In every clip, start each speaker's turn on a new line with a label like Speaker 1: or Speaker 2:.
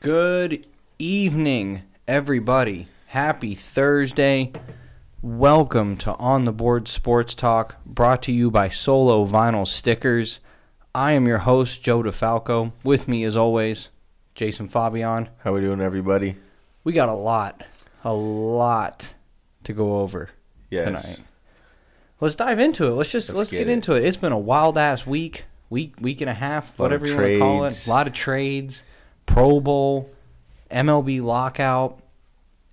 Speaker 1: Good evening, everybody. Happy Thursday. Welcome to On the Board Sports Talk, brought to you by Solo Vinyl Stickers. I am your host, Joe DeFalco. With me, as always, Jason Fabian.
Speaker 2: How we doing, everybody?
Speaker 1: We got a lot, a lot to go over tonight. Let's dive into it. Let's just let's,
Speaker 2: Let's
Speaker 1: get,
Speaker 2: get it.
Speaker 1: into it. It's been a wild ass week, week week and a half,
Speaker 2: Lot of
Speaker 1: whatever you want to call it.
Speaker 2: trades.
Speaker 1: A lot of trades, Pro Bowl, MLB lockout,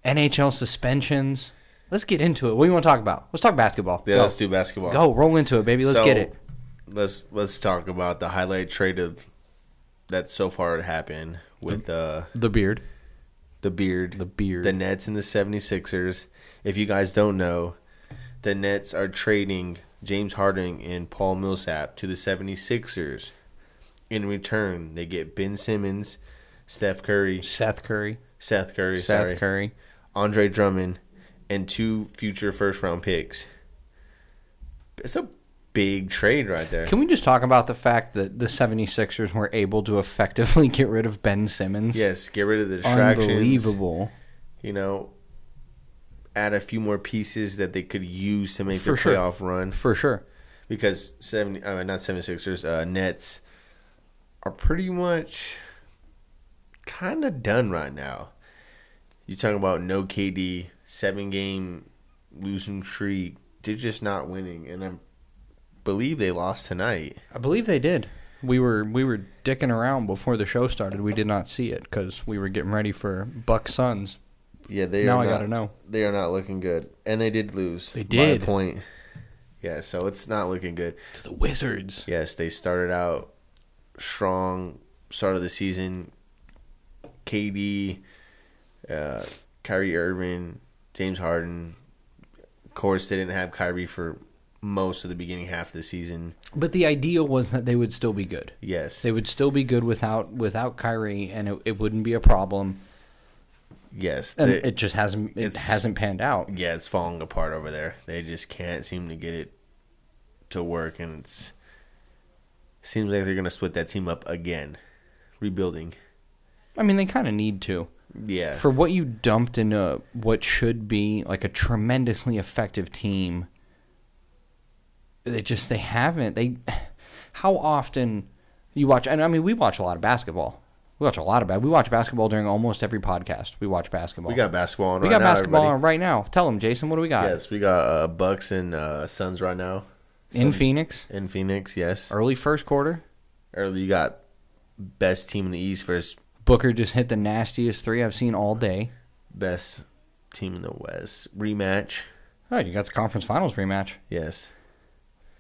Speaker 1: NHL suspensions. Let's get into it. What do you want to talk about? Let's talk basketball.
Speaker 2: Yeah,
Speaker 1: Go.
Speaker 2: let's do basketball.
Speaker 1: Go roll into it, baby. Let's
Speaker 2: So,
Speaker 1: get it.
Speaker 2: Let's let's talk about the highlight trade of that so far had happened with uh,
Speaker 1: The beard.
Speaker 2: the beard,
Speaker 1: The beard.
Speaker 2: the Nets and the 76ers. If you guys don't know, the Nets are trading James Harding and Paul Millsap to the 76ers. In return, they get Ben Simmons, Steph Curry,
Speaker 1: Seth Curry.
Speaker 2: Seth Curry,
Speaker 1: Seth
Speaker 2: sorry,
Speaker 1: Curry.
Speaker 2: Andre Drummond, and two future first round picks. It's a big trade right there.
Speaker 1: Can we just talk about the fact that the 76ers were able to effectively get rid of Ben Simmons?
Speaker 2: Yes, get rid of the distractions.
Speaker 1: Unbelievable.
Speaker 2: You know, add a few more pieces that they could use to make
Speaker 1: For
Speaker 2: their
Speaker 1: sure.
Speaker 2: playoff run
Speaker 1: For sure.
Speaker 2: because 70 uh, not 76ers, uh, Nets are pretty much kind of done right now. You talking about no KD, seven game losing streak. They're just not winning and I believe they lost tonight.
Speaker 1: I believe they did. We were we were dicking around before the show started. We did not see it because we were getting ready for Buck Suns.
Speaker 2: Yeah, they
Speaker 1: now
Speaker 2: are
Speaker 1: I
Speaker 2: not-
Speaker 1: gotta know.
Speaker 2: they are not looking good, and they did lose.
Speaker 1: They
Speaker 2: by a
Speaker 1: did.
Speaker 2: point. Yeah, so it's not looking good.
Speaker 1: To the Wizards.
Speaker 2: Yes, they started out strong. Start of the season, KD, uh, Kyrie Irving, James Harden. Of course, they didn't have Kyrie for most of the beginning half of the season.
Speaker 1: But the idea was that they would still be good.
Speaker 2: Yes,
Speaker 1: They would still be good without without Kyrie and it, it wouldn't be a problem.
Speaker 2: yes.
Speaker 1: And
Speaker 2: they-
Speaker 1: it just hasn't it
Speaker 2: it's-
Speaker 1: hasn't panned out.
Speaker 2: yeah, it's falling apart over there. They just can't seem to get it to work, and it's seems like they're gonna split that team up again, rebuilding.
Speaker 1: I mean they kinda need to.
Speaker 2: Yeah,
Speaker 1: For what you dumped into what should be like a tremendously effective team, they just they haven't. They how often you watch? And I mean, we watch a lot of basketball. We watch a lot of bad. We watch basketball during almost every podcast. We watch basketball.
Speaker 2: we got basketball on.
Speaker 1: we
Speaker 2: right
Speaker 1: got
Speaker 2: now,
Speaker 1: basketball
Speaker 2: everybody.
Speaker 1: on right now. Tell them, Jason, what do we got
Speaker 2: Yes, we got uh, Bucks and uh, Suns right now
Speaker 1: in Phoenix?
Speaker 2: in Phoenix. Yes,
Speaker 1: Early first quarter,
Speaker 2: early you got best team in the East versus
Speaker 1: Booker just hit the nastiest three I've seen all day.
Speaker 2: best team in the West rematch.
Speaker 1: Oh, you got the conference finals rematch.
Speaker 2: Yes,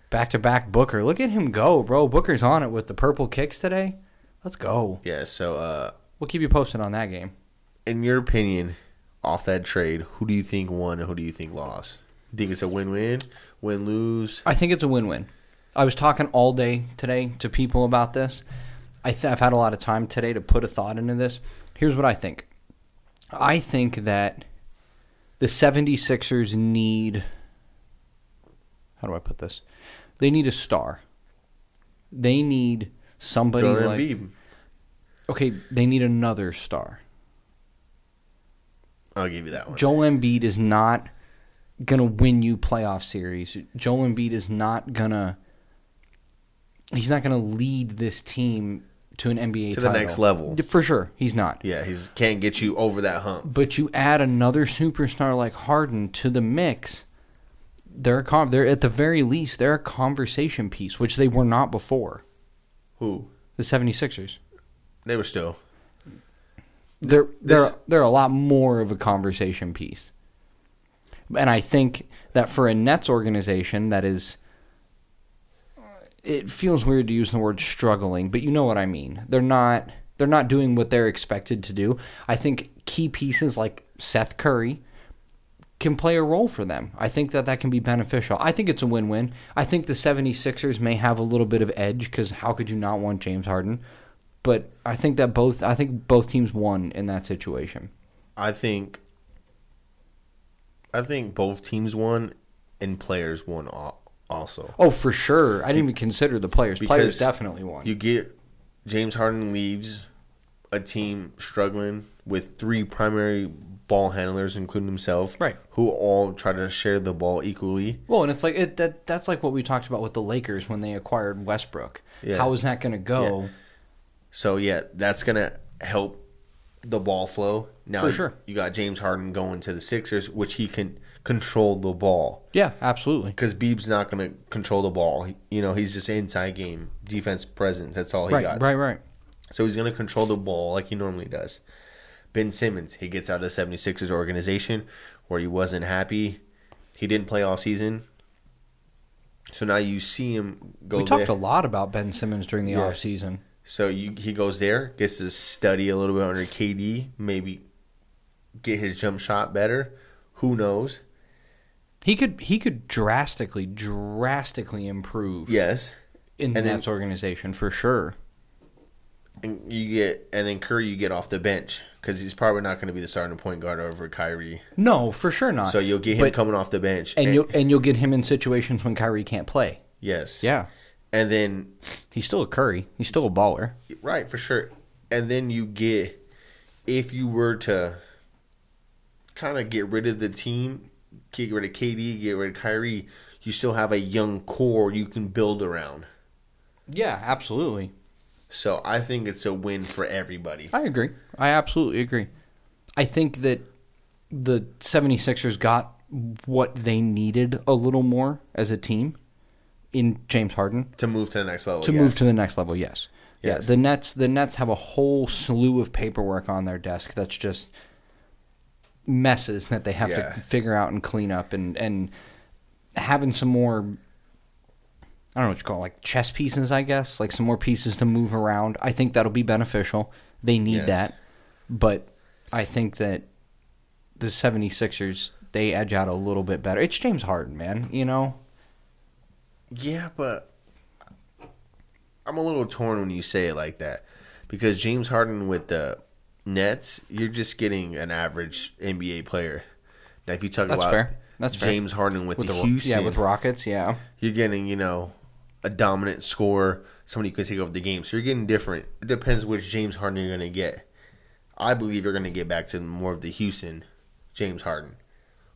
Speaker 1: Back to back Booker. Look at him go, bro. Booker's on it with the purple kicks today. Let's go.
Speaker 2: yes. So, uh,
Speaker 1: We'll keep you posted on that game.
Speaker 2: in your opinion, off that trade, who do you think won and who do you think lost? You think it's a win-win, win-lose?
Speaker 1: I think it's a win win. I was talking all day today to people about this. I th- I've had a lot of time today to put a thought into this. Here's what I think I think that the 76ers need. How do I put this? They need a star. They need somebody
Speaker 2: Joel
Speaker 1: like.
Speaker 2: Embiid.
Speaker 1: Okay, they need another star.
Speaker 2: I'll give you that one.
Speaker 1: Joel Embiid is not gonna win you playoff series. Joel Embiid is not gonna. He's not gonna lead this team to an NBA
Speaker 2: To the
Speaker 1: title.
Speaker 2: next level.
Speaker 1: for sure. He's not.
Speaker 2: Yeah, he's can't get you over that hump.
Speaker 1: But you add another superstar like Harden to the mix. They're a con- they're at the very least they're a conversation piece, which they were not before.
Speaker 2: Who?
Speaker 1: The 76ers.
Speaker 2: They were still.
Speaker 1: they're
Speaker 2: This-
Speaker 1: they're they're a lot more of a conversation piece. And I think that for a Nets organization that is it feels weird to use the word struggling, but you know what I mean. They're not they're not doing what they're expected to do. I think key pieces like Seth Curry can play a role for them. I think that that can be beneficial. I think it's a win-win. I think the 76ers may have a little bit of edge cuz how could you not want James Harden? But I think that both I think both teams won in that situation.
Speaker 2: I think. I think both teams won, and players won al- also.
Speaker 1: Oh, for sure. I didn't even consider the players. players
Speaker 2: Because
Speaker 1: definitely won.
Speaker 2: You get James Harden leaves. a team struggling with three primary ball handlers, including himself,
Speaker 1: Right.
Speaker 2: who all try to share the ball equally.
Speaker 1: Well, and it's like it, that. That's like what we talked about with the Lakers when they acquired Westbrook.
Speaker 2: Yeah.
Speaker 1: How is that going to go?
Speaker 2: So yeah, that's gonna help the ball flow. Now
Speaker 1: For sure.
Speaker 2: you got James Harden going to the Sixers, which he can control the ball.
Speaker 1: Yeah, absolutely.
Speaker 2: because Beeb's not going to control the ball. He- you know, he's just inside game defense presence. That's all he
Speaker 1: right,
Speaker 2: got.
Speaker 1: right, right.
Speaker 2: So he's going to control the ball like he normally does. Ben Simmons, he gets out of the 76ers organization where he wasn't happy. He didn't play all season. So now you see him go
Speaker 1: We
Speaker 2: there.
Speaker 1: talked a lot about Ben Simmons during the
Speaker 2: Yeah.
Speaker 1: off offseason.
Speaker 2: So you, he goes there, gets to study a little bit under KD, maybe get his jump shot better. Who knows?
Speaker 1: He could he could drastically, drastically improve
Speaker 2: Yes.
Speaker 1: in the
Speaker 2: and then-
Speaker 1: Nets organization for sure.
Speaker 2: and you get and then Curry you get off the bench because he's probably not going to be the starting point guard over Kyrie.
Speaker 1: No, for sure not.
Speaker 2: So you'll get him
Speaker 1: But-
Speaker 2: coming off the bench,
Speaker 1: and you'll and you'll get him in situations when Kyrie can't play.
Speaker 2: yes,
Speaker 1: Yeah.
Speaker 2: and then
Speaker 1: He's still a Curry. He's still a baller.
Speaker 2: right for sure, and then you get if you were to kind of get rid of the team, get rid of KD, get rid of Kyrie, you still have a young core you can build around.
Speaker 1: Yeah, absolutely.
Speaker 2: So I think it's a win for everybody.
Speaker 1: I agree. I absolutely agree. I think that the 76ers got what they needed a little more as a team in James Harden
Speaker 2: To move to the next level,
Speaker 1: to
Speaker 2: yes.
Speaker 1: move to the next level. Yes.
Speaker 2: Yes.
Speaker 1: Yeah, the Nets the Nets have a whole slew of paperwork on their desk that's just messes that they have
Speaker 2: Yeah.
Speaker 1: to figure out and clean up and and having some more I don't know what you call it, like chess pieces, I guess, like some more pieces to move around. I think that'll be beneficial. They need
Speaker 2: Yes.
Speaker 1: that. But I think that the 76ers they edge out a little bit better. It's James Harden, man, you know.
Speaker 2: Yeah, but I'm a little torn when you say it like that because James Harden with the Nets, you're just getting an average NBA player. Now, if you talk
Speaker 1: That's
Speaker 2: about
Speaker 1: fair. That's fair.
Speaker 2: James Harden with,
Speaker 1: With
Speaker 2: the,
Speaker 1: the, Ro-
Speaker 2: Houston,
Speaker 1: yeah, with Rockets, yeah.
Speaker 2: you're getting you know a dominant scorer, somebody who can take over the game. So you're getting different. It depends which James Harden you're gonna get. I believe you're gonna get back to more of the Houston James Harden,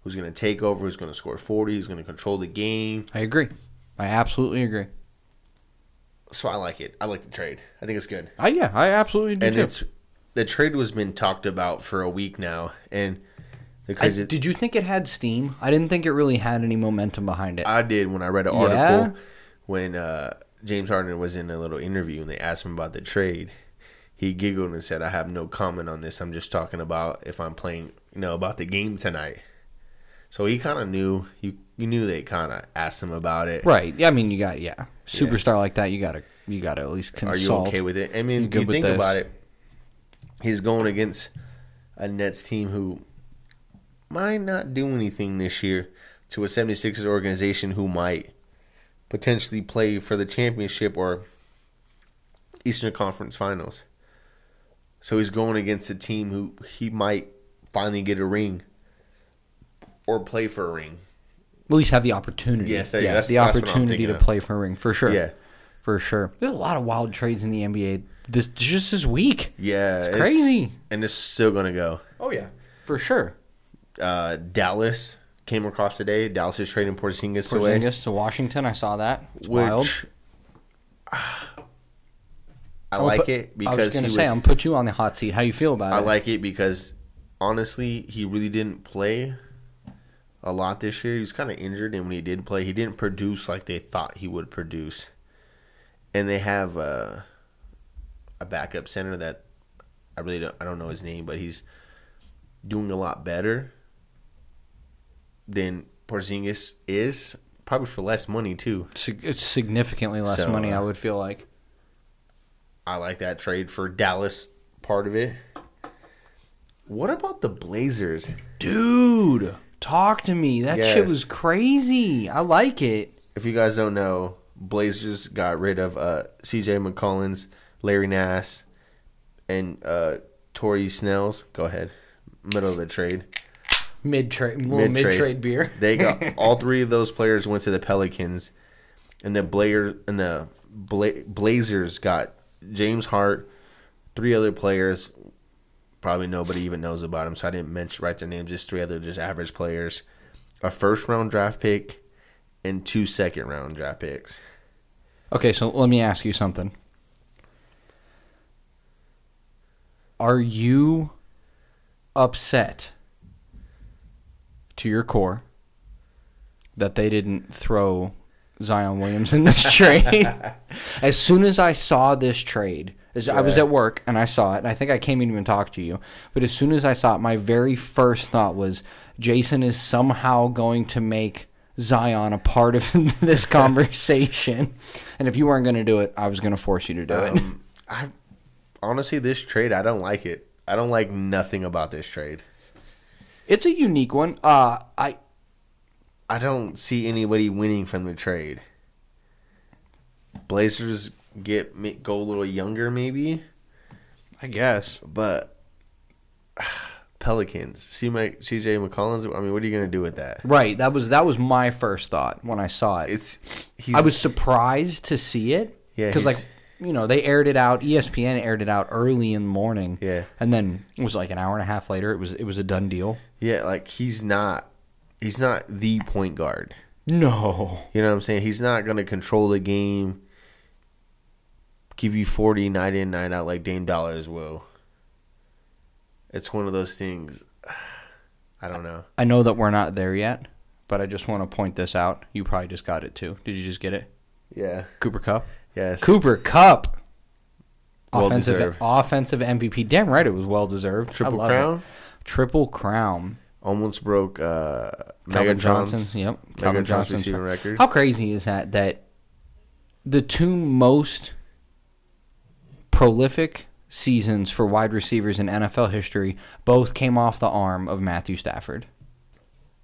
Speaker 2: who's gonna take over, who's gonna score forty, who's gonna control the game.
Speaker 1: I agree. I absolutely agree.
Speaker 2: So I like it. I like the trade. I think it's good.
Speaker 1: I yeah, I absolutely do
Speaker 2: and
Speaker 1: too.
Speaker 2: it's the trade was been talked about for a week now, and the
Speaker 1: I,
Speaker 2: crazy I did,
Speaker 1: did you think it had steam? I didn't think it really had any momentum behind it.
Speaker 2: when I read an article
Speaker 1: Yeah?
Speaker 2: when uh, James Harden was in a little interview and they asked him about the trade. He giggled and said, "I have no comment on this. I'm just talking about if I'm playing, you know, about the game tonight." So he kind of knew you. You knew they kind of asked him about it.
Speaker 1: right. Yeah, I mean, you got yeah, superstar like that. You gotta you gotta at least
Speaker 2: Are
Speaker 1: consult.
Speaker 2: you okay with it? I mean,
Speaker 1: good
Speaker 2: you
Speaker 1: with
Speaker 2: think
Speaker 1: this?
Speaker 2: about it. He's going against a Nets team who might not do anything this year to a 76ers organization who might potentially play for the championship or Eastern Conference Finals. So he's going against a team who he might finally get a ring or play for a ring.
Speaker 1: At least have the opportunity.
Speaker 2: Yes, there you
Speaker 1: yeah,
Speaker 2: go. That's-
Speaker 1: the
Speaker 2: that's what I'm
Speaker 1: opportunity
Speaker 2: thinking
Speaker 1: to
Speaker 2: of.
Speaker 1: play for a ring for sure.
Speaker 2: Yeah.
Speaker 1: for sure. There's a lot of wild trades in the NBA this just this week.
Speaker 2: Yeah,
Speaker 1: It's crazy.
Speaker 2: and it's still gonna go.
Speaker 1: Oh yeah, for sure.
Speaker 2: uh, Dallas came across today. Dallas is trading Porzingis, away,
Speaker 1: Porzingis to Washington. I saw that. It's
Speaker 2: which
Speaker 1: wild.
Speaker 2: I
Speaker 1: I'll
Speaker 2: like
Speaker 1: put-
Speaker 2: it
Speaker 1: Oh, I was
Speaker 2: because
Speaker 1: gonna
Speaker 2: he
Speaker 1: say
Speaker 2: was,
Speaker 1: I'm gonna put you on the hot seat. How you feel about
Speaker 2: I
Speaker 1: it?
Speaker 2: like it because honestly, he really didn't play a lot this year. He was kind of injured, and when he did play, he didn't produce like they thought he would produce. And they have a, a backup center that I really don't, I don't know his name, but he's doing a lot better than Porzingis is, probably for less money too.
Speaker 1: Sig- it's significantly less
Speaker 2: So,
Speaker 1: money.
Speaker 2: uh,
Speaker 1: I would feel like.
Speaker 2: I like that trade for Dallas part of it. What about the Blazers?
Speaker 1: Dude, talk to me. That shit
Speaker 2: Yes.
Speaker 1: was crazy. I like it.
Speaker 2: If you guys don't know, Blazers got rid of uh, C.J. McCollins, Larry Nass, and uh, Torrey Snells. Go ahead, middle of the trade.
Speaker 1: Mid trade, little mid trade beer.
Speaker 2: they got all three of those players went to the Pelicans, and the Blair and the Bla- Blazers got James Hart, three other players. Probably nobody even knows about them, so I didn't mention write their names. Just three other just average players, a first round draft pick, and two second round draft picks.
Speaker 1: Okay, so let me ask you something. Are you upset to your core that they didn't throw Zion Williams in this trade? as soon as I saw this trade, as I was
Speaker 2: Yeah.
Speaker 1: at work and I saw it, and I think I came in and talked to you, but as soon as I saw it, my very first thought was Jason is somehow going to make Zion a part of this conversation. and if you weren't going to do it, I was going to force you to do it.
Speaker 2: Um, I honestly, this trade, I don't like it. I don't like nothing about this trade.
Speaker 1: It's a unique one. Uh, I
Speaker 2: I don't see anybody winning from the trade. Blazers get ma- go a little younger, maybe,
Speaker 1: I guess.
Speaker 2: but Pelicans. See my CJ McCollins. I mean, what are you gonna do with that?
Speaker 1: Right. That was that was my first thought when I saw it.
Speaker 2: It's he's,
Speaker 1: I was surprised to see it.
Speaker 2: Yeah,
Speaker 1: Because, like,
Speaker 2: he's-
Speaker 1: you know, they aired it out. E ESPN aired it out early in the morning.
Speaker 2: Yeah.
Speaker 1: And then it was like an hour and a half later. It was it was a done deal.
Speaker 2: yeah, like he's not he's not the point guard.
Speaker 1: No.
Speaker 2: You know what I'm saying? He's not gonna control the game, give you 40 night in night out like Dame Dollars will. It's one of those things. I don't know.
Speaker 1: I know that we're not there yet, but I just want to point this out. You probably just got it too. Did you just get it?
Speaker 2: Yeah.
Speaker 1: Cooper Cup.
Speaker 2: Yes.
Speaker 1: Cooper Cup.
Speaker 2: Well
Speaker 1: offensive
Speaker 2: deserved.
Speaker 1: offensive MVP. Damn right, it was well deserved.
Speaker 2: Triple
Speaker 1: I love
Speaker 2: crown.
Speaker 1: it. Triple crown.
Speaker 2: almost broke uh,
Speaker 1: Calvin
Speaker 2: Megatron's-
Speaker 1: Johnson's. Yep. Calvin
Speaker 2: Megatron's
Speaker 1: Johnson's
Speaker 2: receiving record.
Speaker 1: How crazy is that? That the two most prolific seasons for wide receivers in NFL history both came off the arm of Matthew Stafford.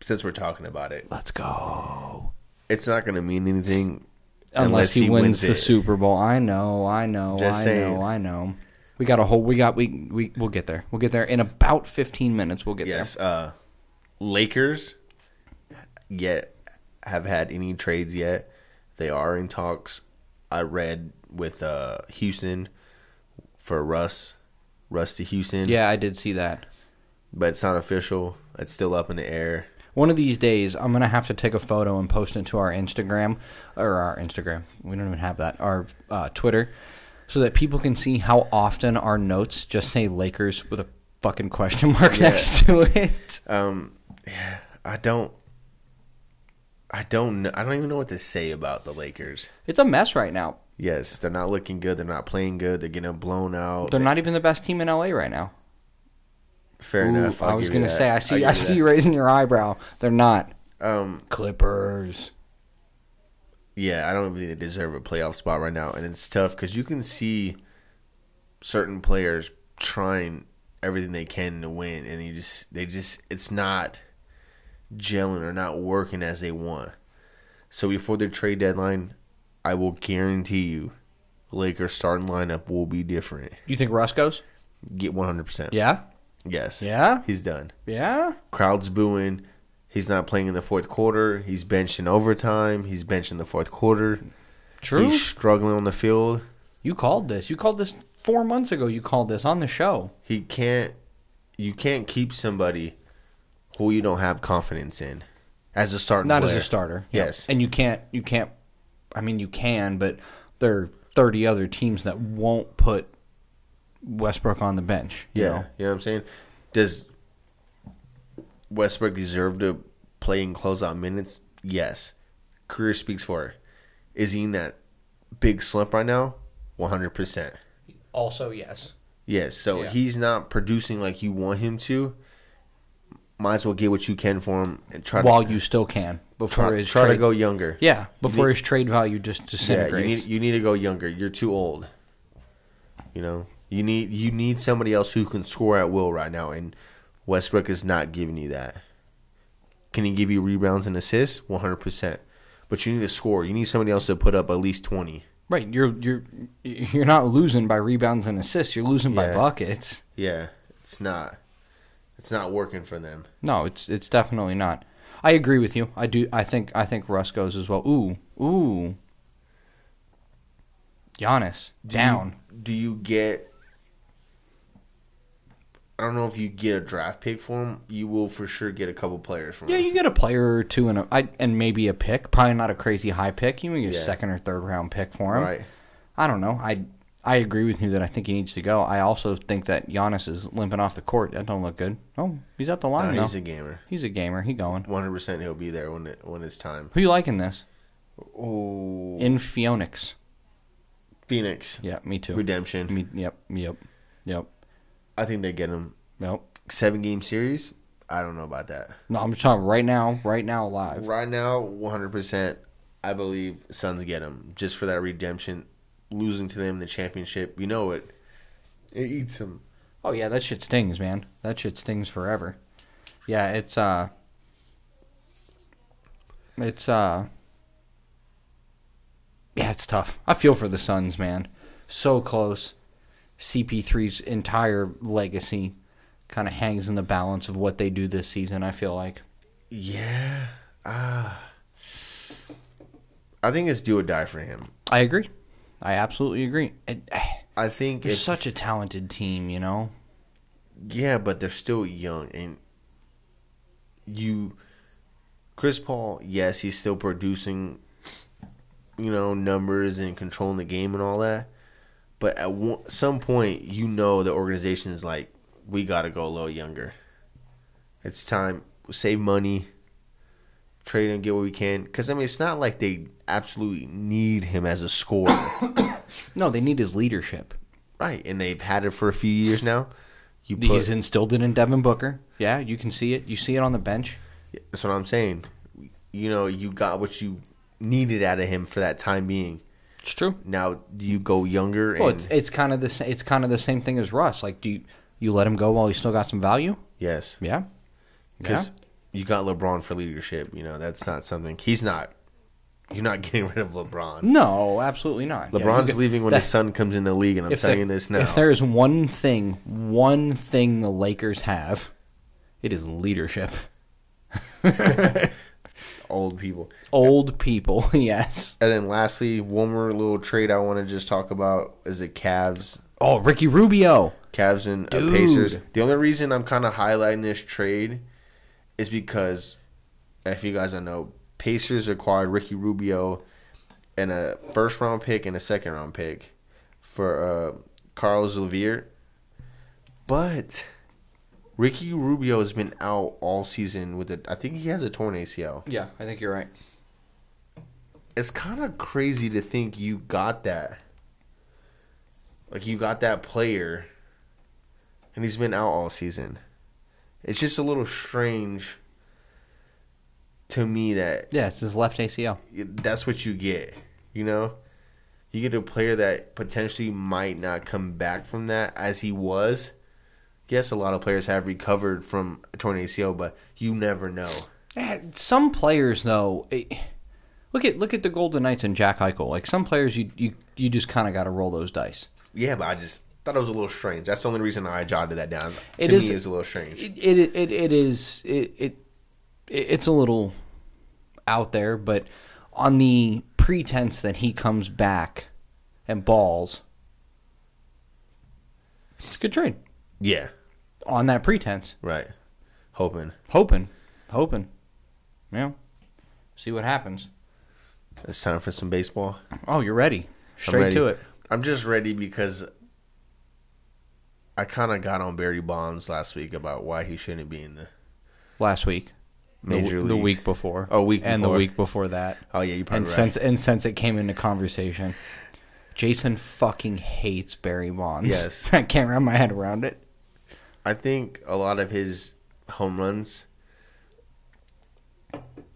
Speaker 2: Since we're talking about it,
Speaker 1: Let's go.
Speaker 2: it's not going to mean anything
Speaker 1: Unless, he, wins, the
Speaker 2: it.
Speaker 1: Super Bowl. I know. I know.
Speaker 2: Just
Speaker 1: I
Speaker 2: saying.
Speaker 1: know. I know. We got a whole. We got. We we we'll get there. We'll get there in about fifteen minutes. We'll get
Speaker 2: Yes, uh, Lakers yet have had any trades yet? They are in talks. I read with uh, Houston for Russ, Russ to Houston.
Speaker 1: there. Yeah, I did see that.
Speaker 2: but it's not official. It's still up in the air.
Speaker 1: One of these days, I'm gonna have to take a photo and post it to our Instagram or our Instagram. We don't even have that. Our uh, Twitter, so that people can see how often our notes just say Lakers with a fucking question mark
Speaker 2: Yeah.
Speaker 1: next to it.
Speaker 2: Um, yeah, I don't. I don't. Know, I don't even know what to say about the Lakers.
Speaker 1: It's a mess right now.
Speaker 2: Yes, they're not looking good. They're not playing good. They're getting blown out.
Speaker 1: They're not even the best team in LA right now.
Speaker 2: Fair
Speaker 1: Ooh,
Speaker 2: enough. I'll
Speaker 1: I was
Speaker 2: give you
Speaker 1: gonna
Speaker 2: that.
Speaker 1: say I
Speaker 2: I'll
Speaker 1: see
Speaker 2: give
Speaker 1: I
Speaker 2: you
Speaker 1: see
Speaker 2: that.
Speaker 1: you raising your eyebrow. They're not
Speaker 2: Um.
Speaker 1: Clippers.
Speaker 2: Yeah, I don't think they deserve a playoff spot right now, and it's tough because you can see certain players trying everything they can to win, and you just they just it's not gelling or not working as they want. So before the trade deadline, I will guarantee you, Lakers starting lineup will be different.
Speaker 1: You think Russ goes?
Speaker 2: Get one hundred percent.
Speaker 1: Yeah.
Speaker 2: Yes.
Speaker 1: Yeah?
Speaker 2: He's done.
Speaker 1: Yeah.
Speaker 2: crowds booing. He's not playing in the fourth quarter. He's benched in overtime. He's benched in the fourth quarter.
Speaker 1: True.
Speaker 2: He's struggling on the field.
Speaker 1: You called this. You called this four months ago. You called this on the show.
Speaker 2: He can't. You can't keep somebody who you don't have confidence in as a starting.
Speaker 1: Not
Speaker 2: player.
Speaker 1: as a starter. Yep.
Speaker 2: Yes.
Speaker 1: And you can't you can't I mean you can, but there are thirty other teams that won't put Westbrook on the bench. you
Speaker 2: yeah.
Speaker 1: know?
Speaker 2: You know what I'm saying? Does Westbrook deserve to play in closeout minutes? Yes. Career speaks for it. Is he in that big slump right now? One hundred percent.
Speaker 1: Also yes.
Speaker 2: Yes, so
Speaker 1: Yeah.
Speaker 2: he's not producing like you want him to. Might as well get what you can for him and try
Speaker 1: While
Speaker 2: to
Speaker 1: you still can. Before
Speaker 2: try,
Speaker 1: his
Speaker 2: try to
Speaker 1: trade-
Speaker 2: go younger.
Speaker 1: Yeah. Before
Speaker 2: need-
Speaker 1: his trade value just
Speaker 2: yeah. You
Speaker 1: disintegrates.
Speaker 2: need you need to go younger. You're too old. You know you need you need somebody else who can score at will right now, and Westbrook is not giving you that. Can he give you rebounds and assists? One hundred percent. But you need to score. You need somebody else to put up at least twenty.
Speaker 1: Right, you're you're you're not losing by rebounds and assists. You're losing by
Speaker 2: Yeah.
Speaker 1: buckets.
Speaker 2: Yeah, it's not. It's not working for them.
Speaker 1: No, it's it's definitely not. I agree with you. I do. I think I think Russ goes as well. Ooh, ooh. Giannis
Speaker 2: Do you-
Speaker 1: down.
Speaker 2: do you get I don't know if you get a draft pick for him. You will for sure get a couple players from
Speaker 1: Yeah,
Speaker 2: him.
Speaker 1: you get a player or two and a I, and maybe a pick. Probably not a crazy high pick. You can get
Speaker 2: Yeah.
Speaker 1: a second or third round pick for him.
Speaker 2: Right.
Speaker 1: I don't know. I I agree with you that I think he needs to go. I also think that Giannis is limping off the court. That don't look good. Oh, he's at the
Speaker 2: Nah,
Speaker 1: line though.
Speaker 2: he's a gamer.
Speaker 1: he's a gamer. He going.
Speaker 2: One hundred percent, he'll be there when it, when it's time.
Speaker 1: Who you liking this?
Speaker 2: Oh,
Speaker 1: In Phoenix.
Speaker 2: Phoenix
Speaker 1: Yeah, me too.
Speaker 2: redemption.
Speaker 1: Me, yep, yep, yep,
Speaker 2: I think they get him
Speaker 1: yep.
Speaker 2: seven game series. I don't know about that.
Speaker 1: No, I'm just talking right now, right now, live.
Speaker 2: Right now, one hundred percent, I believe Suns get him just for that redemption, losing to them in the championship. You know it. It eats him.
Speaker 1: Oh yeah, that shit stings, man. That shit stings forever. Yeah, it's uh, it's uh, yeah, it's tough. I feel for the Suns, man. So close. CP3's entire legacy kind of hangs in the balance of what they do this season. I feel like.
Speaker 2: Yeah. Ah. I think it's do or die for him.
Speaker 1: I agree. I absolutely agree. It,
Speaker 2: I think
Speaker 1: they're
Speaker 2: if,
Speaker 1: such a talented team, you know.
Speaker 2: yeah, but they're still young and you Chris Paul, yes, he's still producing you know numbers and controlling the game and all that. But at one, some point you know the organization is like we got to go a little younger. It's time save money, trade and get what we can cuz I mean it's not like they absolutely need him as a scorer.
Speaker 1: No, they need his leadership.
Speaker 2: Right, and they've had it for a few years now. You put,
Speaker 1: He's instilled it in Devin Booker. Yeah, you can see it. You see it on the bench.
Speaker 2: that's what I'm saying. You know, you got what you needed out of him for that time being.
Speaker 1: It's true.
Speaker 2: Now, do you go younger? And,
Speaker 1: Well, it's it's kind of the sa- it's kind of the same thing as Russ. Like, do you, you let him go while he's still got some value?
Speaker 2: yes,
Speaker 1: Yeah,
Speaker 2: because you got LeBron for leadership. You know, that's not something he's not. You're not getting rid of LeBron.
Speaker 1: No, absolutely not. Yeah, you
Speaker 2: LeBron's
Speaker 1: get-
Speaker 2: leaving when
Speaker 1: that-
Speaker 2: his son comes in the league, and I'm
Speaker 1: if there-
Speaker 2: saying this now.
Speaker 1: If there is one thing, one thing the Lakers have, it is leadership.
Speaker 2: old people.
Speaker 1: Old people, yes.
Speaker 2: And then, lastly, one more little trade I want to just talk about is the Cavs
Speaker 1: Oh, Ricky Rubio.
Speaker 2: Cavs and uh,
Speaker 1: Dude.
Speaker 2: Pacers. The only reason I'm kind of highlighting this trade is because, if you guys don't know, Pacers acquired Ricky Rubio and a first round pick and a second round pick for uh, Carlos Levere. But Ricky Rubio has been out all season with a. I think he has a torn ACL.
Speaker 1: Yeah, I think you're right.
Speaker 2: It's kind of crazy to think you got that. Like you got that player, and he's been out all season. It's just a little strange to me that
Speaker 1: Yeah, it's his left ACL.
Speaker 2: that's what you get. You know, you get a player that potentially might not come back from that as he was. Yes, a lot of players have recovered from a torn ACL, but you never know.
Speaker 1: Eh, Some players, though, eh, look at look at the Golden Knights and Jack Eichel. Like some players, you you, you just kind of got to roll those dice.
Speaker 2: Yeah, but I just thought it was a little strange. That's the only reason I jotted that down.
Speaker 1: It
Speaker 2: to
Speaker 1: is-
Speaker 2: me, it was a little strange.
Speaker 1: It it it, it is it, it it's a little out there, but on the pretense that he comes back and balls, it's a good trade.
Speaker 2: Yeah,
Speaker 1: On that pretense,
Speaker 2: right. Hoping.
Speaker 1: hoping, hoping, yeah. See what happens.
Speaker 2: It's time for some baseball. I'm
Speaker 1: Oh, you're ready. Straight
Speaker 2: ready.
Speaker 1: to it.
Speaker 2: I'm just ready because I kind of got on Barry Bonds last week about why he shouldn't be in the.
Speaker 1: last week.
Speaker 2: Major
Speaker 1: the, the
Speaker 2: leagues.
Speaker 1: week before.
Speaker 2: Oh, week
Speaker 1: and
Speaker 2: before.
Speaker 1: the week before that.
Speaker 2: Oh, yeah, you're probably
Speaker 1: and
Speaker 2: right.
Speaker 1: since and since it came into conversation, Jason fucking hates Barry Bonds.
Speaker 2: Yes.
Speaker 1: I can't wrap my head around it.
Speaker 2: I think a lot of his home runs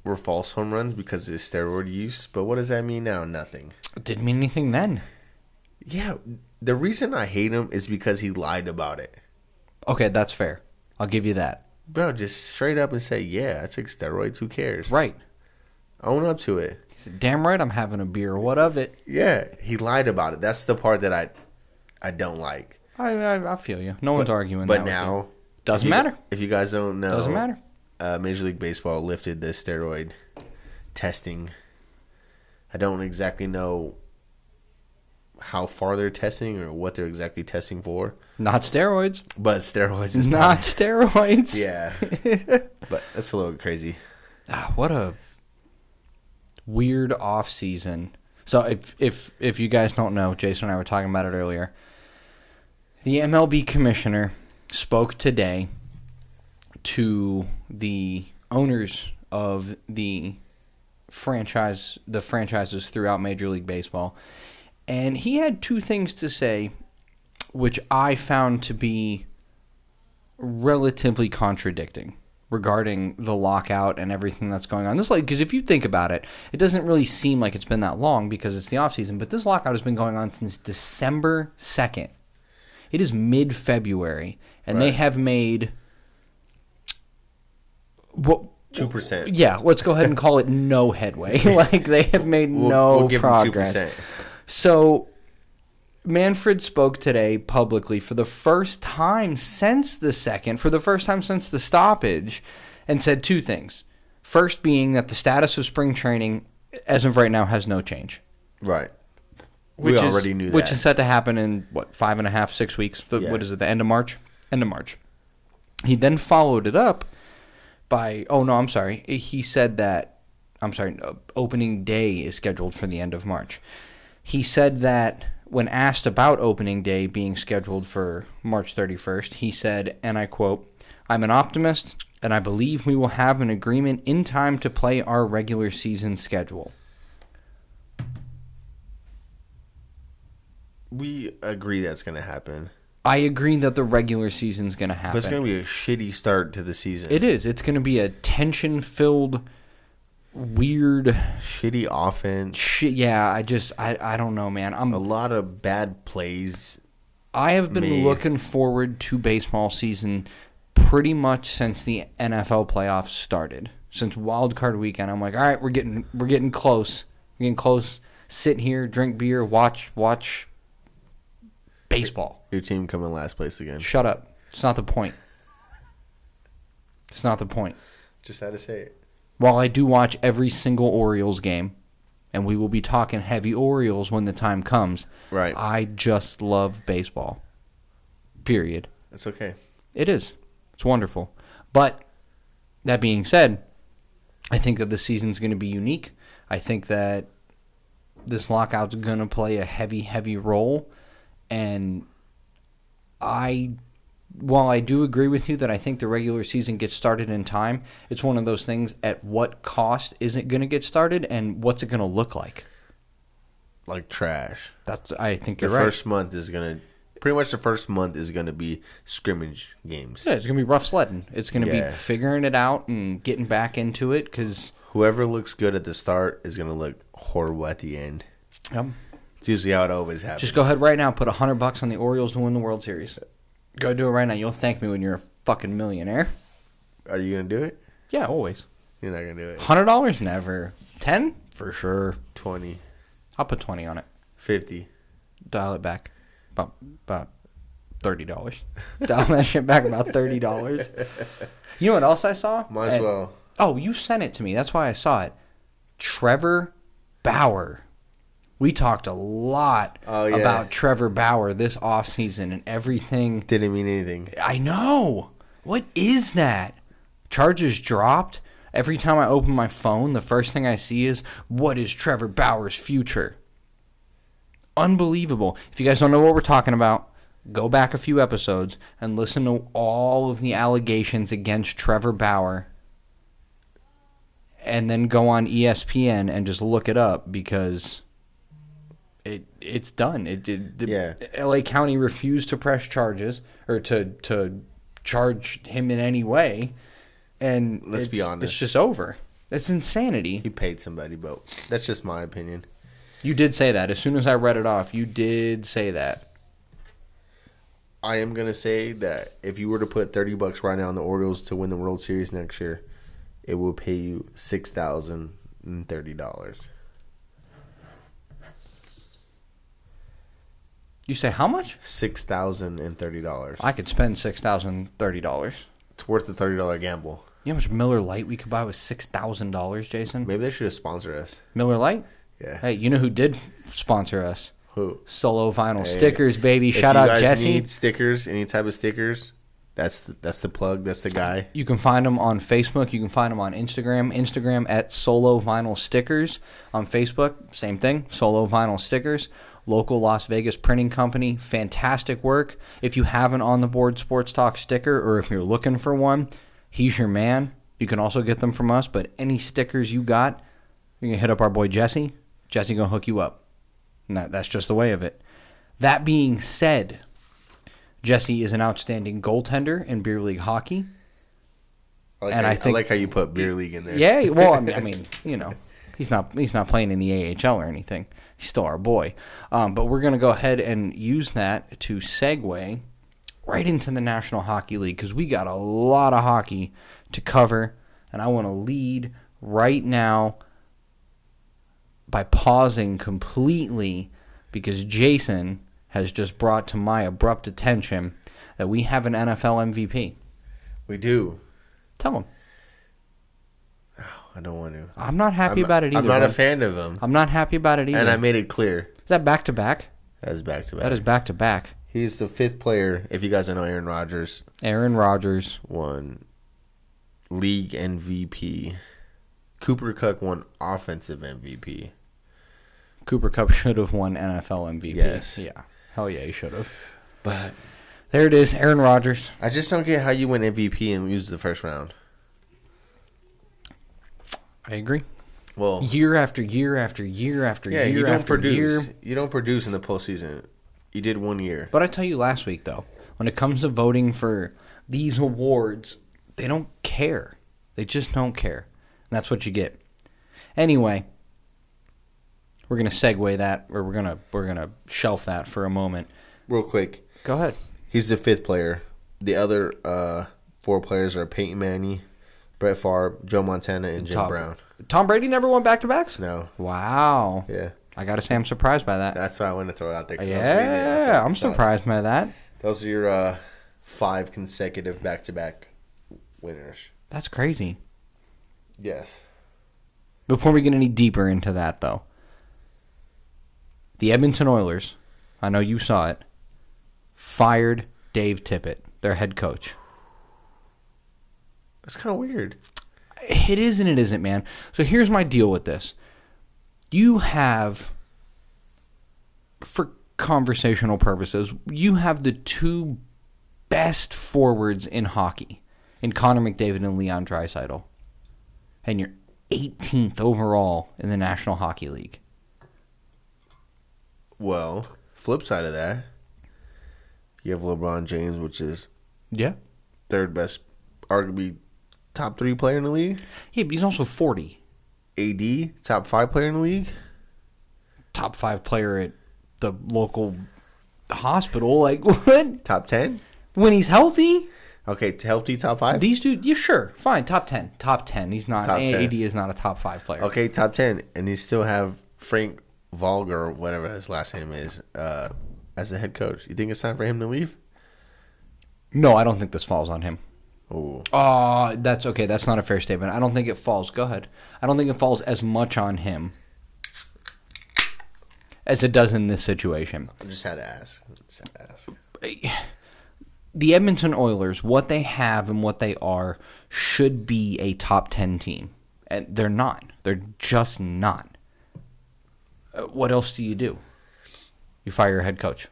Speaker 2: were false home runs because of his steroid use. But what does that mean now? Nothing.
Speaker 1: It didn't mean anything then.
Speaker 2: Yeah, the reason I hate him is because he lied about it.
Speaker 1: Okay, that's fair. I'll give you that.
Speaker 2: Bro, just straight up and say, yeah, I took steroids. Who cares?
Speaker 1: Right.
Speaker 2: Own up to it.
Speaker 1: He said, Damn right, I'm having a beer. What of it?
Speaker 2: Yeah, he lied about it. That's the part that I, I don't like.
Speaker 1: I I, I feel you. No one's arguing.
Speaker 2: But
Speaker 1: that with you.
Speaker 2: now
Speaker 1: Doesn't
Speaker 2: if you-
Speaker 1: matter.
Speaker 2: If you guys don't know,
Speaker 1: Doesn't matter.
Speaker 2: Uh, Major League Baseball lifted the steroid testing. I don't exactly know how far they're testing or what they're exactly testing for.
Speaker 1: Not steroids.
Speaker 2: But steroids is
Speaker 1: Not steroids.
Speaker 2: probably- yeah. but that's a little crazy.
Speaker 1: Ah, what a weird off season. So if if if you guys don't know, Jason and I were talking about it earlier. The MLB commissioner spoke today to the owners of the franchise the franchises throughout Major League Baseball. And he had two things to say which I found to be relatively contradicting regarding the lockout and everything that's going on. This like because if you think about it, it doesn't really seem like it's been that long because it's the off season, but this lockout has been going on since December 2nd. It is mid-February and they
Speaker 2: Right.
Speaker 1: have made what
Speaker 2: 2%.
Speaker 1: yeah, let's go ahead and call it no headway. like they have made
Speaker 2: We'll-
Speaker 1: no
Speaker 2: we'll give 'em
Speaker 1: progress.
Speaker 2: 2%.
Speaker 1: So Manfred spoke today publicly for the first time since the second, for the first time since the stoppage, and said two things. First being that the status of spring training as of right now has no change.
Speaker 2: Right. We
Speaker 1: which is-
Speaker 2: already knew that.
Speaker 1: Which is set to happen in what five and a half, six weeks. The-
Speaker 2: Yeah.
Speaker 1: What is it? The end of March. End of March. He then followed it up by oh no, I'm sorry. He said that I'm sorry. uh, Opening day is scheduled for the end of March. He said that when asked about opening day being scheduled for March 31st, he said, and I quote, "I'm an optimist." And I believe we will have an agreement in time to play our regular season schedule.
Speaker 2: we agree that's going to happen.
Speaker 1: I agree that the regular season's going to happen.
Speaker 2: But it's going to be a shitty start to the season.
Speaker 1: It is. It's going to be a tension filled, weird
Speaker 2: shitty offense.
Speaker 1: shit. Yeah, I just, I, I don't know, man.
Speaker 2: A
Speaker 1: I'm,
Speaker 2: lot of bad plays.
Speaker 1: I have been
Speaker 2: Me.
Speaker 1: looking forward to baseball season pretty much since the NFL playoffs started. Since Wild Card Weekend, I'm like, all right, we're getting, we're getting close. We're getting close. Sit here, drink beer, watch, watch baseball.
Speaker 2: Your team come in last place again.
Speaker 1: Shut up. It's not the point. It's not the point.
Speaker 2: Just had to say it.
Speaker 1: While I do watch every single Orioles game, and we will be talking heavy Orioles when the time comes,
Speaker 2: Right.
Speaker 1: I just love baseball. Period.
Speaker 2: It's okay.
Speaker 1: It is. It's wonderful. But that being said, I think that the season's going to be unique. I think that this lockout's going to play a heavy, heavy role. And I, while I do agree with you that I think the regular season gets started in time, it's one of those things at what cost is it going to get started and what's it going to look like?
Speaker 2: Like trash.
Speaker 1: That's, I think
Speaker 2: The
Speaker 1: you're right.
Speaker 2: first month is going to pretty much the first month is going to be scrimmage games.
Speaker 1: yeah, it's going to be rough sledding. It's going to
Speaker 2: Yeah.
Speaker 1: be figuring it out and getting back into it because.
Speaker 2: Whoever looks good at the start is going to look horrible at the end. It's usually how it always happens.
Speaker 1: Just go ahead right now. and Put a hundred bucks on the Orioles to win the World Series. Go do it right now. You'll thank me when you're a fucking millionaire.
Speaker 2: Are you going to do it?
Speaker 1: Yeah, always.
Speaker 2: You're not going to do it.
Speaker 1: Hundred dollars, never. Ten for sure.
Speaker 2: 20,
Speaker 1: I'll put twenty on it.
Speaker 2: 50.
Speaker 1: Dial it back. About about thirty dollars. Dial that shit back about thirty dollars. You know what else I saw?
Speaker 2: Might as
Speaker 1: And-
Speaker 2: well.
Speaker 1: Oh, you sent it to me. That's why I saw it. Trevor Bauer. We talked a lot
Speaker 2: Oh, yeah.
Speaker 1: about Trevor Bauer this offseason and everything
Speaker 2: Didn't mean anything.
Speaker 1: I know. What is that? Charges dropped. Every time I open my phone, the first thing I see is what is Trevor Bauer's future? Unbelievable. If you guys don't know what we're talking about, go back a few episodes and listen to all of the allegations against Trevor Bauer. And then go on E ESPN and just look it up because it it's done. It did. the-
Speaker 2: Yeah.
Speaker 1: LA County refused to press charges or to to charge him in any way, and
Speaker 2: Let's be
Speaker 1: it's-
Speaker 2: honest.
Speaker 1: it's just over. It's insanity.
Speaker 2: He paid somebody, but that's just my opinion.
Speaker 1: You did say that as soon as I read it off. You did say that.
Speaker 2: I am gonna say that if you were to put thirty bucks right now on the Orioles to win the World Series next year, it will pay you six thousand and thirty dollars.
Speaker 1: You say how much?
Speaker 2: Six thousand and thirty dollars.
Speaker 1: I could spend six thousand thirty dollars.
Speaker 2: It's worth the thirty dollar gamble.
Speaker 1: You know how much Miller Light we could buy with six thousand dollars, Jason?
Speaker 2: Maybe they should have sponsored us.
Speaker 1: Miller Light.
Speaker 2: Yeah.
Speaker 1: Hey, you know who did sponsor us?
Speaker 2: Who?
Speaker 1: Solo vinyl
Speaker 2: Hey,
Speaker 1: stickers, baby.
Speaker 2: If
Speaker 1: Shout
Speaker 2: you
Speaker 1: out
Speaker 2: guys
Speaker 1: Jesse.
Speaker 2: Need stickers, any type of stickers. That's the, that's the plug. That's the guy.
Speaker 1: You can find them on Facebook. You can find them on Instagram. Instagram at Solo Vinyl Stickers. On Facebook, same thing, Solo Vinyl Stickers. Local Las Vegas printing company. Fantastic work. If you have an on the board Sports Talk sticker or if you're looking for one, he's your man. You can also get them from us, but any stickers you got, you can hit up our boy Jesse. Jesse gonna hook you up. And that, that's just the way of it. That being said, Jesse is an outstanding goaltender in beer league hockey.
Speaker 2: I like
Speaker 1: And
Speaker 2: how,
Speaker 1: I
Speaker 2: you-
Speaker 1: think-
Speaker 2: like how you put beer league in there.
Speaker 1: Yeah, well, I mean, I mean, you know, he's not he's not playing in the AHL or anything. He's still our boy. Um, but we're gonna go ahead and use that to segue right into the National Hockey League because we got a lot of hockey to cover, and I want to lead right now by pausing completely because Jason has just brought to my abrupt attention that we have an NFL MVP.
Speaker 2: we do.
Speaker 1: Tell him
Speaker 2: I don't want to.
Speaker 1: I'm not happy
Speaker 2: I'm-
Speaker 1: about it either.
Speaker 2: I'm not a
Speaker 1: bud.
Speaker 2: fan of him,
Speaker 1: I'm not happy about it either.
Speaker 2: and I made it clear.
Speaker 1: Is that back to back?
Speaker 2: That is back to back.
Speaker 1: That is back to back.
Speaker 2: He's the fifth player. If you guys don't know, Aaron Rodgers
Speaker 1: Aaron Rodgers.
Speaker 2: won league MVP. Cooper Cup won offensive MVP.
Speaker 1: Cooper Cup should have won NFL MVP.
Speaker 2: Yes.
Speaker 1: Yeah. Hell yeah, he should have.
Speaker 2: But
Speaker 1: There it is. Aaron Rodgers.
Speaker 2: I just don't get how you win MVP and lose the first round.
Speaker 1: I agree.
Speaker 2: Well,
Speaker 1: Year after year after year after
Speaker 2: yeah,
Speaker 1: year
Speaker 2: you don't
Speaker 1: after
Speaker 2: produce.
Speaker 1: year.
Speaker 2: You don't produce in the postseason. You did one year.
Speaker 1: But I tell you last week though, when it comes to voting for these awards, they don't care. They just don't care. And that's what you get. Anyway, we're gonna segue that or we're gonna we're gonna shelf that for a moment.
Speaker 2: Real quick,
Speaker 1: Go ahead.
Speaker 2: he's the fifth player. The other uh, four players are Peyton Manning, Brett Favre, Joe Montana, and Jim
Speaker 1: Tom-
Speaker 2: Brown.
Speaker 1: Tom Brady never won back to backs?
Speaker 2: No,
Speaker 1: Wow.
Speaker 2: yeah,
Speaker 1: I gotta say I'm surprised by that.
Speaker 2: that's why I want to throw it out there. 'cause I was reading it. I was like,
Speaker 1: Yeah, I'm
Speaker 2: it's not-
Speaker 1: surprised by that.
Speaker 2: Those are your uh, five consecutive back-to-back winners.
Speaker 1: That's crazy.
Speaker 2: Yes.
Speaker 1: Before we get any deeper into that though. The Edmonton Oilers, I know you saw it, fired Dave Tippett, their head coach.
Speaker 2: That's kind of weird.
Speaker 1: It is and it isn't, man. So here's my deal with this. You have, for conversational purposes, you have the two best forwards in hockey in Connor McDavid and Leon Dreisaitl. And you're 18th overall in the National Hockey League.
Speaker 2: Well, flip side of that, you have LeBron James, which is
Speaker 1: Yeah.
Speaker 2: third best, arguably top three player in the league.
Speaker 1: Yeah, but he's also 40.
Speaker 2: AD, top five player in the league.
Speaker 1: Top five player at the local hospital. Like, what?
Speaker 2: Top ten.
Speaker 1: When he's healthy?
Speaker 2: Okay, t- healthy top five.
Speaker 1: These dudes, yeah, sure, fine, top ten, top ten. He's not
Speaker 2: Top 10.
Speaker 1: AD is not a top five player.
Speaker 2: Okay, top ten, and you still have Frank Volger, or whatever his last name is, uh, as the head coach. You think it's time for him to leave?
Speaker 1: No, I don't think this falls on him.
Speaker 2: Oh,
Speaker 1: Oh, that's okay. That's not a fair statement. I don't think it falls. Go ahead. I don't think it falls as much on him as it does in this situation.
Speaker 2: I just had to ask. Just had to ask.
Speaker 1: The Edmonton Oilers, what they have and what they are, should be a top 10 team. And they're not. They're just not. Uh, What else do you do? You fire your head coach.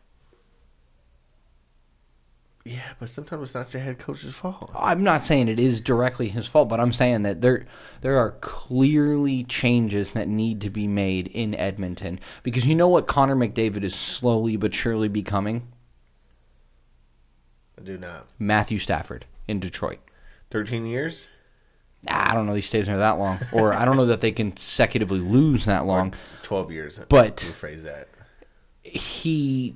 Speaker 2: Yeah, but sometimes it's not your head coach's fault.
Speaker 1: I'm not saying it is directly his fault, but I'm saying that there there are clearly changes that need to be made in Edmonton because you know what Connor McDavid is slowly but surely becoming
Speaker 2: I do not.
Speaker 1: Matthew Stafford in Detroit.
Speaker 2: Thirteen years.
Speaker 1: Ah, I don't know he stays there that long, or I don't know that they consecutively lose that long.
Speaker 2: 12 years.
Speaker 1: But-
Speaker 2: rephrase that.
Speaker 1: he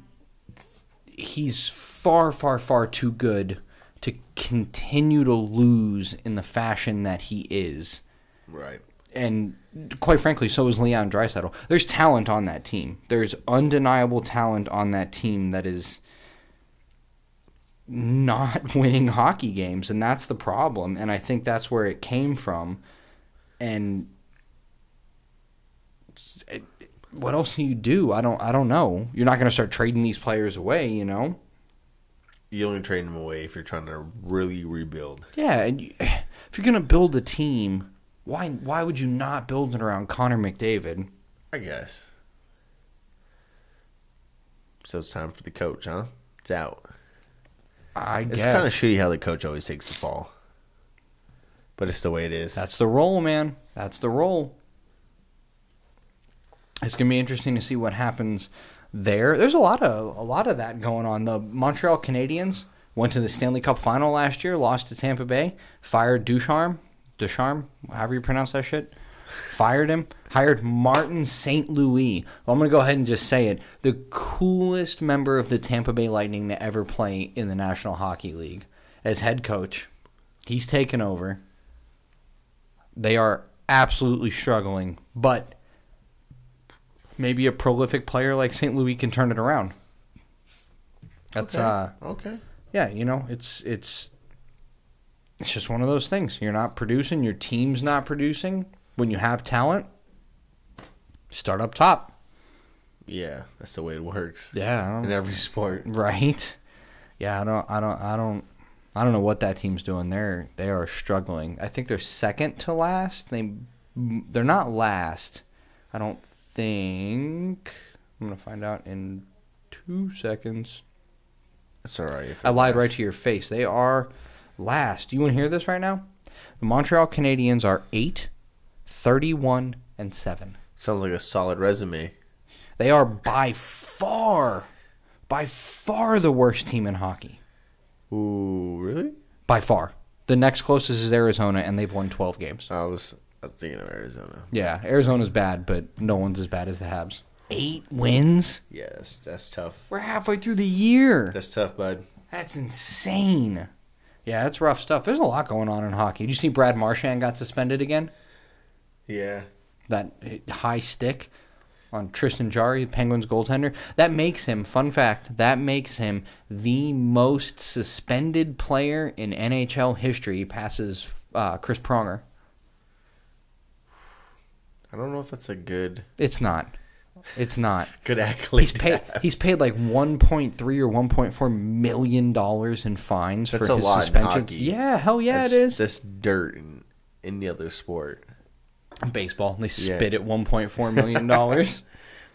Speaker 1: he's far far far too good to continue to lose in the fashion that he is.
Speaker 2: Right.
Speaker 1: and quite frankly, so is Leon Drysaddle. There's talent on that team. There's undeniable talent on that team that is not winning hockey games, and that's the problem. And I think that's where it came from. And what else do you do? I don't I don't know. You're not going to start trading these players away, you know.
Speaker 2: You only trade them away if you're trying to really rebuild.
Speaker 1: Yeah, and you, if you're going to build a team, why why would you not build it around Connor McDavid?
Speaker 2: I guess. So it's time for the coach, huh? It's out.
Speaker 1: I
Speaker 2: It's
Speaker 1: guess
Speaker 2: kind of shitty how the coach always takes the fall, but it's the way it is.
Speaker 1: that's the role, man. That's the role. It's going to be interesting to see what happens there. There's a lot of a lot of that going on. The Montreal Canadiens went to the Stanley Cup final last year, lost to Tampa Bay, fired Ducharme, Ducharme, however you pronounce that shit. Fired him, hired Martin St. Louis. Well, I'm going to go ahead and just say it. The coolest member of the Tampa Bay Lightning to ever play in the National Hockey League as head coach. He's taken over. They are absolutely struggling, but maybe a prolific player like St. Louis can turn it around. That's uh
Speaker 2: okay.
Speaker 1: yeah, you know, it's it's it's just one of those things. You're not producing, your team's not producing. When you have talent, start up top.
Speaker 2: Yeah, that's the way it works
Speaker 1: Yeah, I don't,
Speaker 2: in every sport.
Speaker 1: Right. Yeah, I don't I don't I don't I don't know what that team's doing. They're they are struggling. I think they're second to last. They they're not last. I don't think. I'm gonna find out in two seconds.
Speaker 2: That's all right. if
Speaker 1: I
Speaker 2: it
Speaker 1: lied right
Speaker 2: lasts.
Speaker 1: to your face. They are last. You want to hear this right now? The Montreal Canadiens are 8, 31, and 7.
Speaker 2: Sounds like a solid resume.
Speaker 1: They are by far, by far the worst team in hockey.
Speaker 2: Ooh, really?
Speaker 1: by far. The next closest is Arizona, and they've won 12 games.
Speaker 2: I was I was thinking of Arizona.
Speaker 1: Yeah, Arizona's bad, but no one's as bad as the Habs. Eight wins?
Speaker 2: Yeah, that's, that's tough.
Speaker 1: We're halfway through the year.
Speaker 2: That's tough, bud.
Speaker 1: That's insane. Yeah, that's rough stuff. There's a lot going on in hockey. Did you see Brad Marchand got suspended again?
Speaker 2: Yeah.
Speaker 1: That high stick on Tristan Jari, Penguins goaltender. That makes him, fun fact, that makes him the most suspended player in NHL history. He passes uh, Chris Pronger.
Speaker 2: I don't know if that's a good
Speaker 1: It's not. It's not.
Speaker 2: good accolade.
Speaker 1: He's
Speaker 2: to
Speaker 1: paid.
Speaker 2: have.
Speaker 1: He's paid like 1.3 or 1.4 million dollars in fines
Speaker 2: That's
Speaker 1: for
Speaker 2: a
Speaker 1: his
Speaker 2: lot in
Speaker 1: suspensions.
Speaker 2: hockey.
Speaker 1: Yeah, hell yeah,
Speaker 2: that's,
Speaker 1: it is.
Speaker 2: That's dirt in any other sport.
Speaker 1: Baseball. They spit at 1.4 million dollars.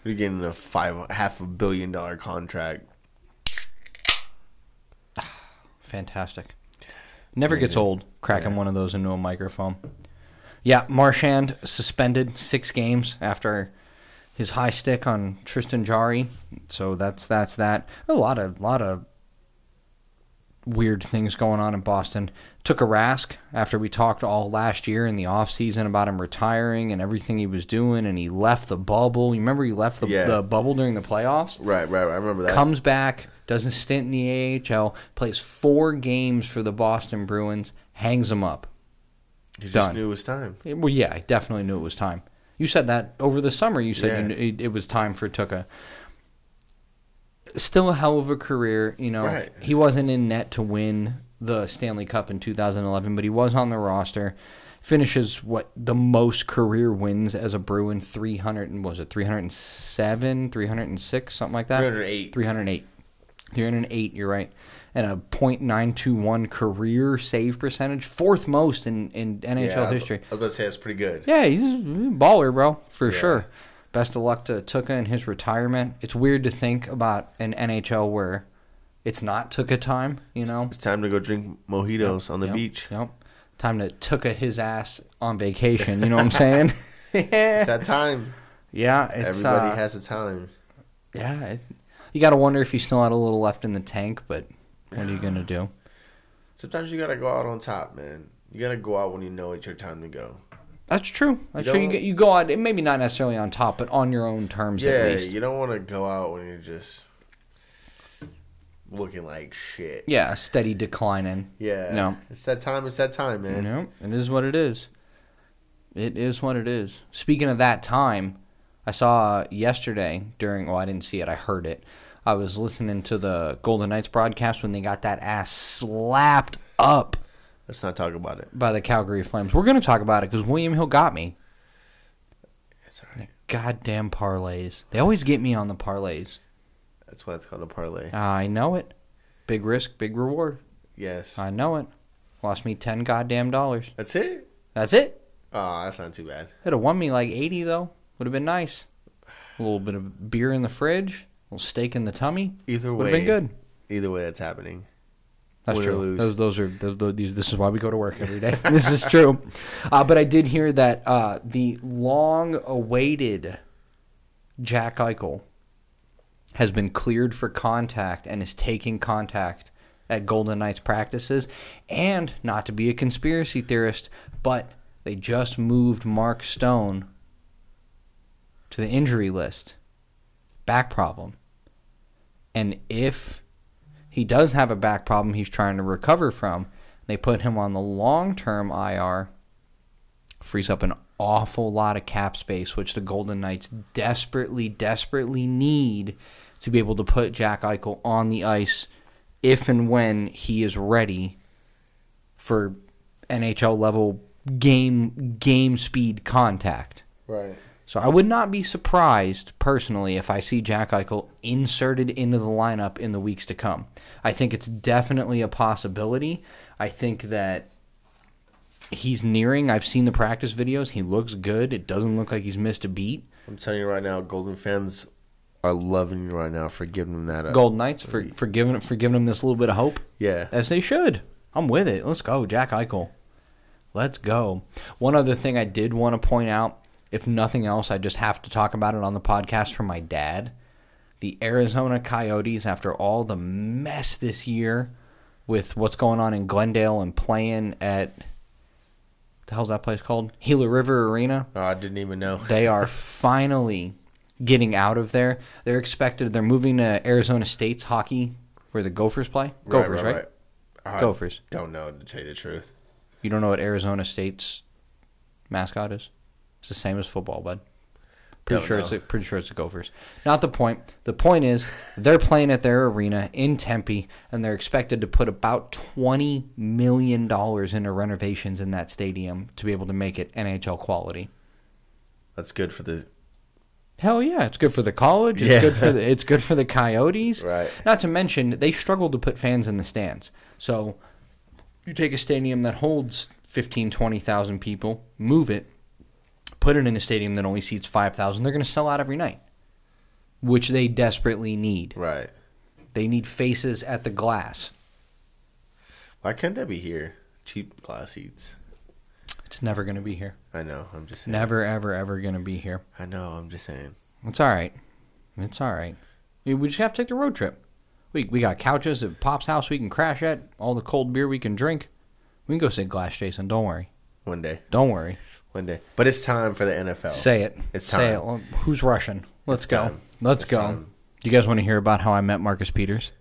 Speaker 2: You're getting a five half a billion dollar contract.
Speaker 1: Fantastic. Never gets old. Cracking one of those into a microphone. Yeah, Marchand suspended six games after his high stick on Tristan Jari. So that's that's that. A lot of lot of weird things going on in Boston. Took a rask after we talked all last year in the offseason about him retiring and everything he was doing, and he left the bubble. You remember he left the,
Speaker 2: Yeah.
Speaker 1: the bubble during the playoffs?
Speaker 2: Right, right, right. I remember that.
Speaker 1: comes back, does not stint in the AHL, plays four games for the Boston Bruins, hangs them up.
Speaker 2: he just
Speaker 1: done.
Speaker 2: knew it was time.
Speaker 1: Well, yeah, I definitely knew it was time. You said that over the summer. You said
Speaker 2: Yeah.
Speaker 1: you kn- it, it was time for Tuca. Still a hell of a career, you know.
Speaker 2: Right.
Speaker 1: He wasn't in net to win the Stanley Cup in 2011, but he was on the roster. Finishes what the most career wins as a Bruin 300 and was it 307, 306, something like that.
Speaker 2: 308.
Speaker 1: 308. 308, you're right. And a .921 career save percentage, fourth most in, in NHL
Speaker 2: I-
Speaker 1: history.
Speaker 2: I was about to say that's pretty good.
Speaker 1: Yeah, he's a baller, bro, for
Speaker 2: Yeah.
Speaker 1: sure. Best of luck to Tuca in his retirement. It's weird to think about an NHL where it's not Tuca time, you know?
Speaker 2: It's time to go drink mojitos on the
Speaker 1: Yep,
Speaker 2: beach.
Speaker 1: Yep. Time to Tuca his ass on vacation, you know what I'm saying?
Speaker 2: It's that time.
Speaker 1: yeah, it's
Speaker 2: Everybody
Speaker 1: uh,
Speaker 2: has a time.
Speaker 1: yeah. It, you got to wonder if he still had a little left in the tank, but what are you going to do?
Speaker 2: Sometimes you gotta go out on top, man. You gotta go out when you know it's your time to go.
Speaker 1: That's true. That's
Speaker 2: You
Speaker 1: true. You,
Speaker 2: don't-
Speaker 1: get, you go out, maybe not necessarily on top, but on your own terms at
Speaker 2: Yeah,
Speaker 1: least.
Speaker 2: you don't want to go out when you're just looking like shit.
Speaker 1: Yeah, steady declining.
Speaker 2: Yeah.
Speaker 1: No.
Speaker 2: It's that time. It's that time, man.
Speaker 1: No, it is what it is. It is what it is. Speaking of that time, I saw yesterday during. Well, I didn't see it. I heard it. I was listening to the Golden Knights broadcast when they got that ass slapped up
Speaker 2: Let's not talk about it.
Speaker 1: by the Calgary Flames. We're going to talk about it because William Hill got me.
Speaker 2: It's all right.
Speaker 1: goddamn parlays. They always get me on the parlays.
Speaker 2: That's why it's called a parlay.
Speaker 1: I know it. Big risk, big reward.
Speaker 2: Yes.
Speaker 1: I know it. Lost me ten goddamn dollars.
Speaker 2: That's it?
Speaker 1: That's it.
Speaker 2: Oh, that's not too bad.
Speaker 1: Could have won me like eighty though. Would have been nice. A little bit of beer in the fridge, a little steak in the tummy.
Speaker 2: Either
Speaker 1: Would
Speaker 2: way.
Speaker 1: have been good.
Speaker 2: Either way, that's happening.
Speaker 1: That's
Speaker 2: Win or
Speaker 1: true.
Speaker 2: lose.
Speaker 1: Those, those are those, those, these. This is why we go to work every day. this is true. Uh, but I did hear that uh, the long-awaited Jack Eichel has been cleared for contact and is taking contact at Golden Knights practices. And not to be a conspiracy theorist, but they just moved Mark Stone to the injury list. Back problem. And if he does have a back problem he's trying to recover from, they put him on the long term IR, frees up an awful lot of cap space, which the Golden Knights desperately, desperately need to be able to put Jack Eichel on the ice if and when he is ready for NHL level game game speed contact.
Speaker 2: Right.
Speaker 1: So I would not be surprised personally if I see Jack Eichel inserted into the lineup in the weeks to come. I think it's definitely a possibility. I think that he's nearing. I've seen the practice videos. He looks good. It doesn't look like he's missed a beat.
Speaker 2: I'm telling you right now, Golden fans are loving you right now for giving them that up.
Speaker 1: Golden Knights for, for giving for giving him this little bit of hope.
Speaker 2: Yeah.
Speaker 1: As they should. I'm with it. Let's go, Jack Eichel. Let's go. One other thing I did want to point out, if nothing else, I just have to talk about it on the podcast from my dad. The Arizona Coyotes, after all the mess this year with what's going on in Glendale and playing at the hell's that place called? Gila River Arena.
Speaker 2: Oh, I didn't even know.
Speaker 1: They are finally getting out of there. They're expected. They're moving to Arizona State's hockey, where the Gophers play. Gophers, right?
Speaker 2: I
Speaker 1: Gophers.
Speaker 2: Don't know to tell you the truth.
Speaker 1: You don't know what Arizona State's mascot is? It's the same as football, bud. Pretty
Speaker 2: Don't
Speaker 1: sure it's
Speaker 2: know.
Speaker 1: the, pretty sure it's the Gophers. Not the point. The point is they're playing at their arena in Tempe, and they're expected to put about twenty million dollars into renovations in that stadium to be able to make it NHL quality.
Speaker 2: That's good for the.
Speaker 1: Hell yeah, it's good for the college. It's
Speaker 2: Yeah.
Speaker 1: good for the it's good for the Coyotes.
Speaker 2: Right.
Speaker 1: Not to mention they struggle to put fans in the stands. So you take a stadium that holds 15, 20,000 people, move it, put it in a stadium that only seats 5,000, they're going to sell out every night, which they desperately need.
Speaker 2: Right.
Speaker 1: They need faces at the glass.
Speaker 2: Why can't that be here? Cheap glass seats.
Speaker 1: It's never going to be here.
Speaker 2: I know. I'm just saying.
Speaker 1: Never ever ever going to be here.
Speaker 2: I know. I'm just saying.
Speaker 1: It's all right. It's all right. We we just have to take the road trip. We we got couches at Pop's house we can crash at. All the cold beer we can drink. We can go sit glass, Jason. Don't worry.
Speaker 2: One day.
Speaker 1: Don't worry.
Speaker 2: One day. But it's time for the NFL.
Speaker 1: Say it.
Speaker 2: It's
Speaker 1: Say
Speaker 2: time.
Speaker 1: it. Well, Who's rushing? Let's
Speaker 2: It's
Speaker 1: go.
Speaker 2: time.
Speaker 1: Let's
Speaker 2: It's
Speaker 1: go.
Speaker 2: time.
Speaker 1: You guys want to hear about how I met Marcus Peters?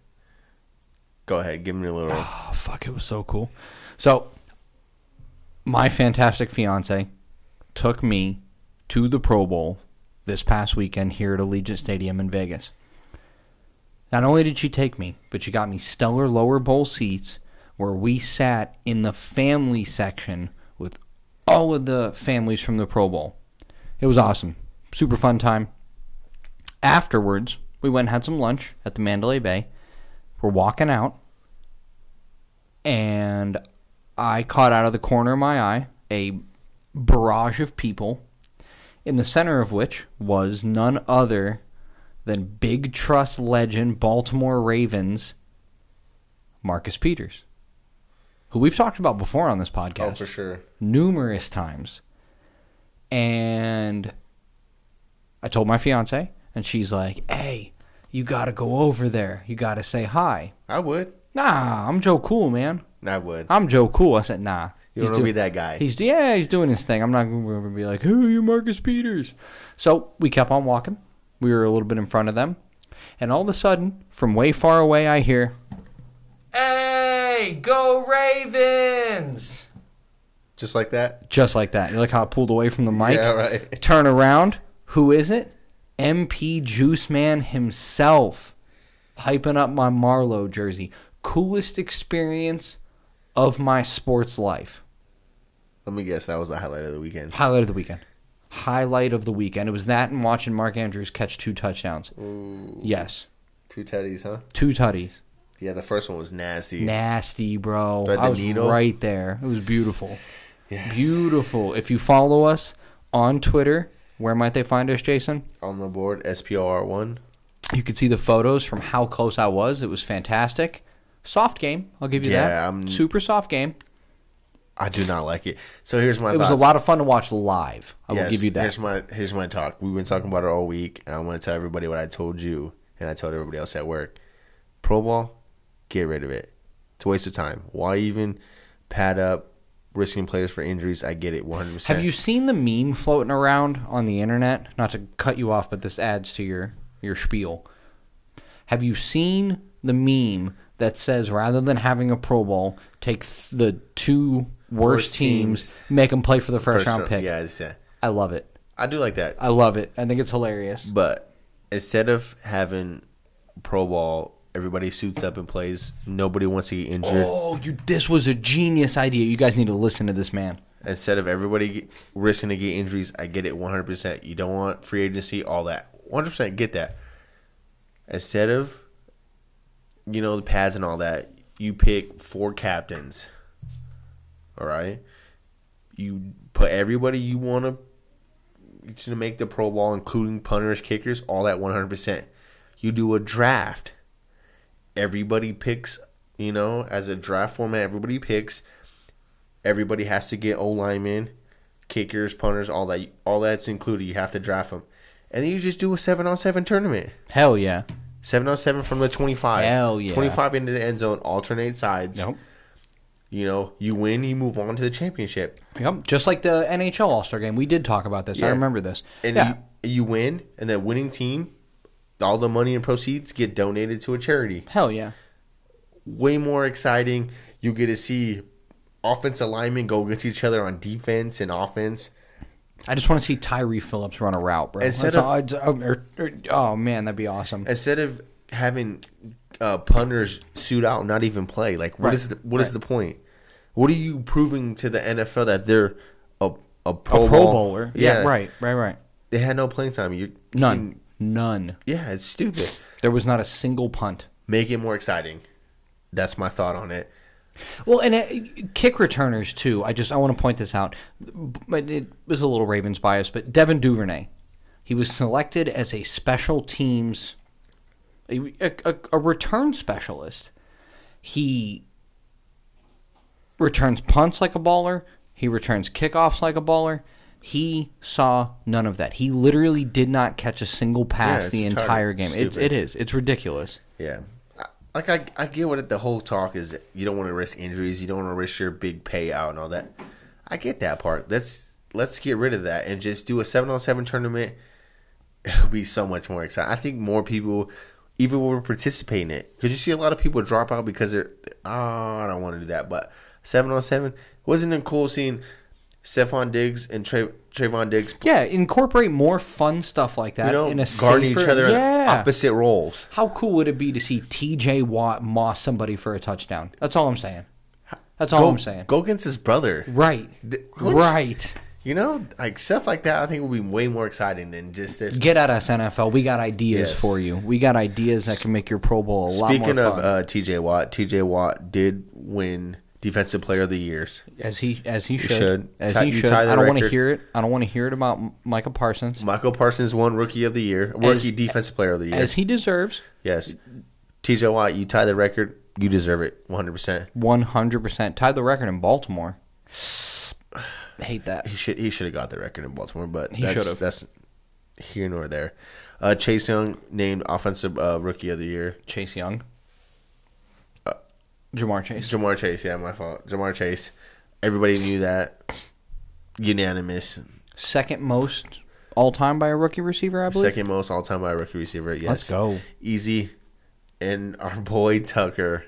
Speaker 2: Go ahead. Give me a little.
Speaker 1: Oh fuck! It was so cool. So, my fantastic fiance took me to the Pro Bowl this past weekend here at Allegiant Stadium in Vegas. Not only did she take me, but she got me stellar lower bowl seats where we sat in the family section with all of the families from the Pro Bowl. It was awesome. Super fun time. Afterwards, we went and had some lunch at the Mandalay Bay. We're walking out, and I caught out of the corner of my eye a barrage of people, in the center of which was none other than Big Trust legend Baltimore Ravens Marcus Peters, who we've talked about before on this podcast
Speaker 2: Oh, for sure.
Speaker 1: numerous times. And I told my fiance, and she's like, "Hey, you got to go over there. You got to say hi."
Speaker 2: I would.
Speaker 1: Nah, I'm Joe Cool, man.
Speaker 2: I would.
Speaker 1: I'm Joe Cool. I said, "Nah." he's
Speaker 2: You don't want to be
Speaker 1: doing-
Speaker 2: that guy.
Speaker 1: He's yeah, he's doing his thing. I'm not going to be like, "Who are you, Marcus Peters?" So we kept on walking. We were a little bit in front of them, and all of a sudden, from way far away, I hear, "Hey, go Ravens!"
Speaker 2: Just like that.
Speaker 1: Just like that. You like how I pulled away from the mic?
Speaker 2: Yeah, right.
Speaker 1: Turn around. Who is it? MP Juice Man himself hyping up my Marlowe jersey. Coolest experience of my sports life.
Speaker 2: Let me guess. That was the highlight of the weekend.
Speaker 1: Highlight of the weekend. highlight of the weekend. It was that and watching Mark Andrews catch two touchdowns. Yes,
Speaker 2: Two tutties, huh?
Speaker 1: two tutties.
Speaker 2: Yeah, the first one was nasty.
Speaker 1: Nasty, bro.
Speaker 2: Thread the
Speaker 1: I was
Speaker 2: needle?
Speaker 1: right there. It was beautiful.
Speaker 2: Yes.
Speaker 1: Beautiful. If you follow us on Twitter, where might they find us, Jason?
Speaker 2: On the board, SPR1.
Speaker 1: You could see the photos from how close I was. It was fantastic. Soft game. I'll give you
Speaker 2: Yeah, um,
Speaker 1: that.
Speaker 2: I'm-
Speaker 1: Super soft game.
Speaker 2: I do not like it. So here's my
Speaker 1: It was
Speaker 2: thoughts.
Speaker 1: a lot of fun to watch live. I will
Speaker 2: Yes,
Speaker 1: give you that.
Speaker 2: Here's my here's my talk. We've been talking about it all week, and I want to tell everybody what I told you, and I told everybody else at work. Pro Bowl, get rid of it. It's a waste of time. Why even pad up risking players for injuries? I get it, one hundred percent.
Speaker 1: Have you seen the meme floating around on the internet? Not to cut you off, but this adds to your your spiel. Have you seen the meme that says rather than having a Pro Bowl, take th- the two worst
Speaker 2: Worst
Speaker 1: teams, make them play for the first,
Speaker 2: First
Speaker 1: round
Speaker 2: round-
Speaker 1: pick?
Speaker 2: Yeah, it's, yeah,
Speaker 1: I love it.
Speaker 2: I do like that.
Speaker 1: I love it. I think it's hilarious.
Speaker 2: But instead of having Pro Bowl, everybody suits up and plays. Nobody wants to get injured.
Speaker 1: Oh, you! This was a genius idea. You guys need to listen to this man.
Speaker 2: instead of everybody get, risking to get injuries, I get it 100%. You don't want free agency, all that. 100% get that. Instead of, you know, the pads and all that, you pick four captains. All right? You put everybody you want to to make the pro ball including punters kickers all at 100% you do a draft everybody picks you know as a draft format everybody picks Everybody has to get O linemen, kickers, punters, all that. All that's included. You have to draft them, and then you just do a seven on seven tournament.
Speaker 1: Hell yeah!
Speaker 2: Seven on seven from the twenty five.
Speaker 1: Hell yeah.
Speaker 2: Twenty five into the end zone, alternate sides.
Speaker 1: Yep.
Speaker 2: You know, you win, you move on to the championship,
Speaker 1: Yep. Just like the NHL All Star game, we did talk about this. I
Speaker 2: Yeah.
Speaker 1: remember this.
Speaker 2: and
Speaker 1: yeah.
Speaker 2: you, you win, and that winning team, all the money and proceeds get donated to a charity.
Speaker 1: Hell yeah.
Speaker 2: way more exciting. You get to see offensive linemen go against each other on defense and offense.
Speaker 1: I just want to see Tyree Phillips run a route, bro.
Speaker 2: Instead
Speaker 1: That's all I'd- oh, er, er, oh man, that'd be awesome.
Speaker 2: instead of having uh, punters suit out and not even play, like what
Speaker 1: Right,
Speaker 2: is the, what is the point? What are you proving to the NFL that they're a a
Speaker 1: Pro
Speaker 2: pro, Bowl-
Speaker 1: Bowler. Yeah. Right. Right. Right.
Speaker 2: They had no playing time. You
Speaker 1: None. None.
Speaker 2: Yeah, it's stupid.
Speaker 1: There was not a single punt.
Speaker 2: Make it more exciting. That's my thought on it.
Speaker 1: Well, and uh, kick returners too. I just I want to point this out. But it was a little Ravens bias, but Devin Duvernay, he was selected as a special teams, a, a, a return specialist. He returns punts like a baller. He returns kickoffs like a baller. He saw none of that. He literally did not catch a single pass
Speaker 2: it's
Speaker 1: the
Speaker 2: retarded.
Speaker 1: entire game. It's,
Speaker 2: Stupid.
Speaker 1: it is. It's ridiculous.
Speaker 2: Yeah. I- Like I, I get what it, the whole talk is. You don't want to risk injuries. You don't want to risk your big payout and all that. I get that part. Let's let's get rid of that and just do a seven on seven tournament. It'll be so much more exciting. I think more people, even will participate in it, because you see a lot of people drop out because they're oh I don't want to do that. But seven on seven wasn't it cool seeing Stephon Diggs and Tra- Trayvon Diggs
Speaker 1: Yeah, incorporate more fun stuff like that
Speaker 2: you know
Speaker 1: in a
Speaker 2: guarding
Speaker 1: safer,
Speaker 2: each other in
Speaker 1: yeah.
Speaker 2: opposite roles.
Speaker 1: How cool would it be to see TJ Watt moss somebody for a touchdown? That's all I'm saying. That's all
Speaker 2: Go-
Speaker 1: I'm saying.
Speaker 2: Go against his brother.
Speaker 1: Right.
Speaker 2: Th- which-
Speaker 1: Right.
Speaker 2: You know, like stuff like that, I think would be way more exciting than just this.
Speaker 1: Get at us, NFL. We got ideas
Speaker 2: Yes.
Speaker 1: for you. We got ideas that can make your Pro Bowl a lot
Speaker 2: Speaking
Speaker 1: more
Speaker 2: of
Speaker 1: fun.
Speaker 2: uh, TJ Watt, TJ Watt did win Defensive Player of the Year.
Speaker 1: as he as he should,
Speaker 2: should.
Speaker 1: as
Speaker 2: Ti-
Speaker 1: he
Speaker 2: you
Speaker 1: should.
Speaker 2: tie the
Speaker 1: I don't want to
Speaker 2: record.
Speaker 1: hear it. I don't want to hear it about M- Micah Parsons
Speaker 2: Michael Parsons won Rookie of the Year, Rookie
Speaker 1: As-
Speaker 2: Defensive Player of the Year.
Speaker 1: as he deserves.
Speaker 2: yes. TJ Watt, you tie the record, you deserve it 100%.
Speaker 1: One hundred percent tied the record in Baltimore. hate that.
Speaker 2: He should he should have got the record in Baltimore, but
Speaker 1: He
Speaker 2: that's,
Speaker 1: should've.
Speaker 2: that's here nor there. Uh, Chase Young named Offensive uh, Rookie of the Year.
Speaker 1: Chase Young, Jamar Chase.
Speaker 2: Jamar Chase, yeah, my fault. Jamar Chase. Everybody knew that. Unanimous.
Speaker 1: second most all time by a rookie receiver, I believe.
Speaker 2: Second most all time by a rookie receiver. Yes.
Speaker 1: Let's go.
Speaker 2: Easy. And our boy Tucker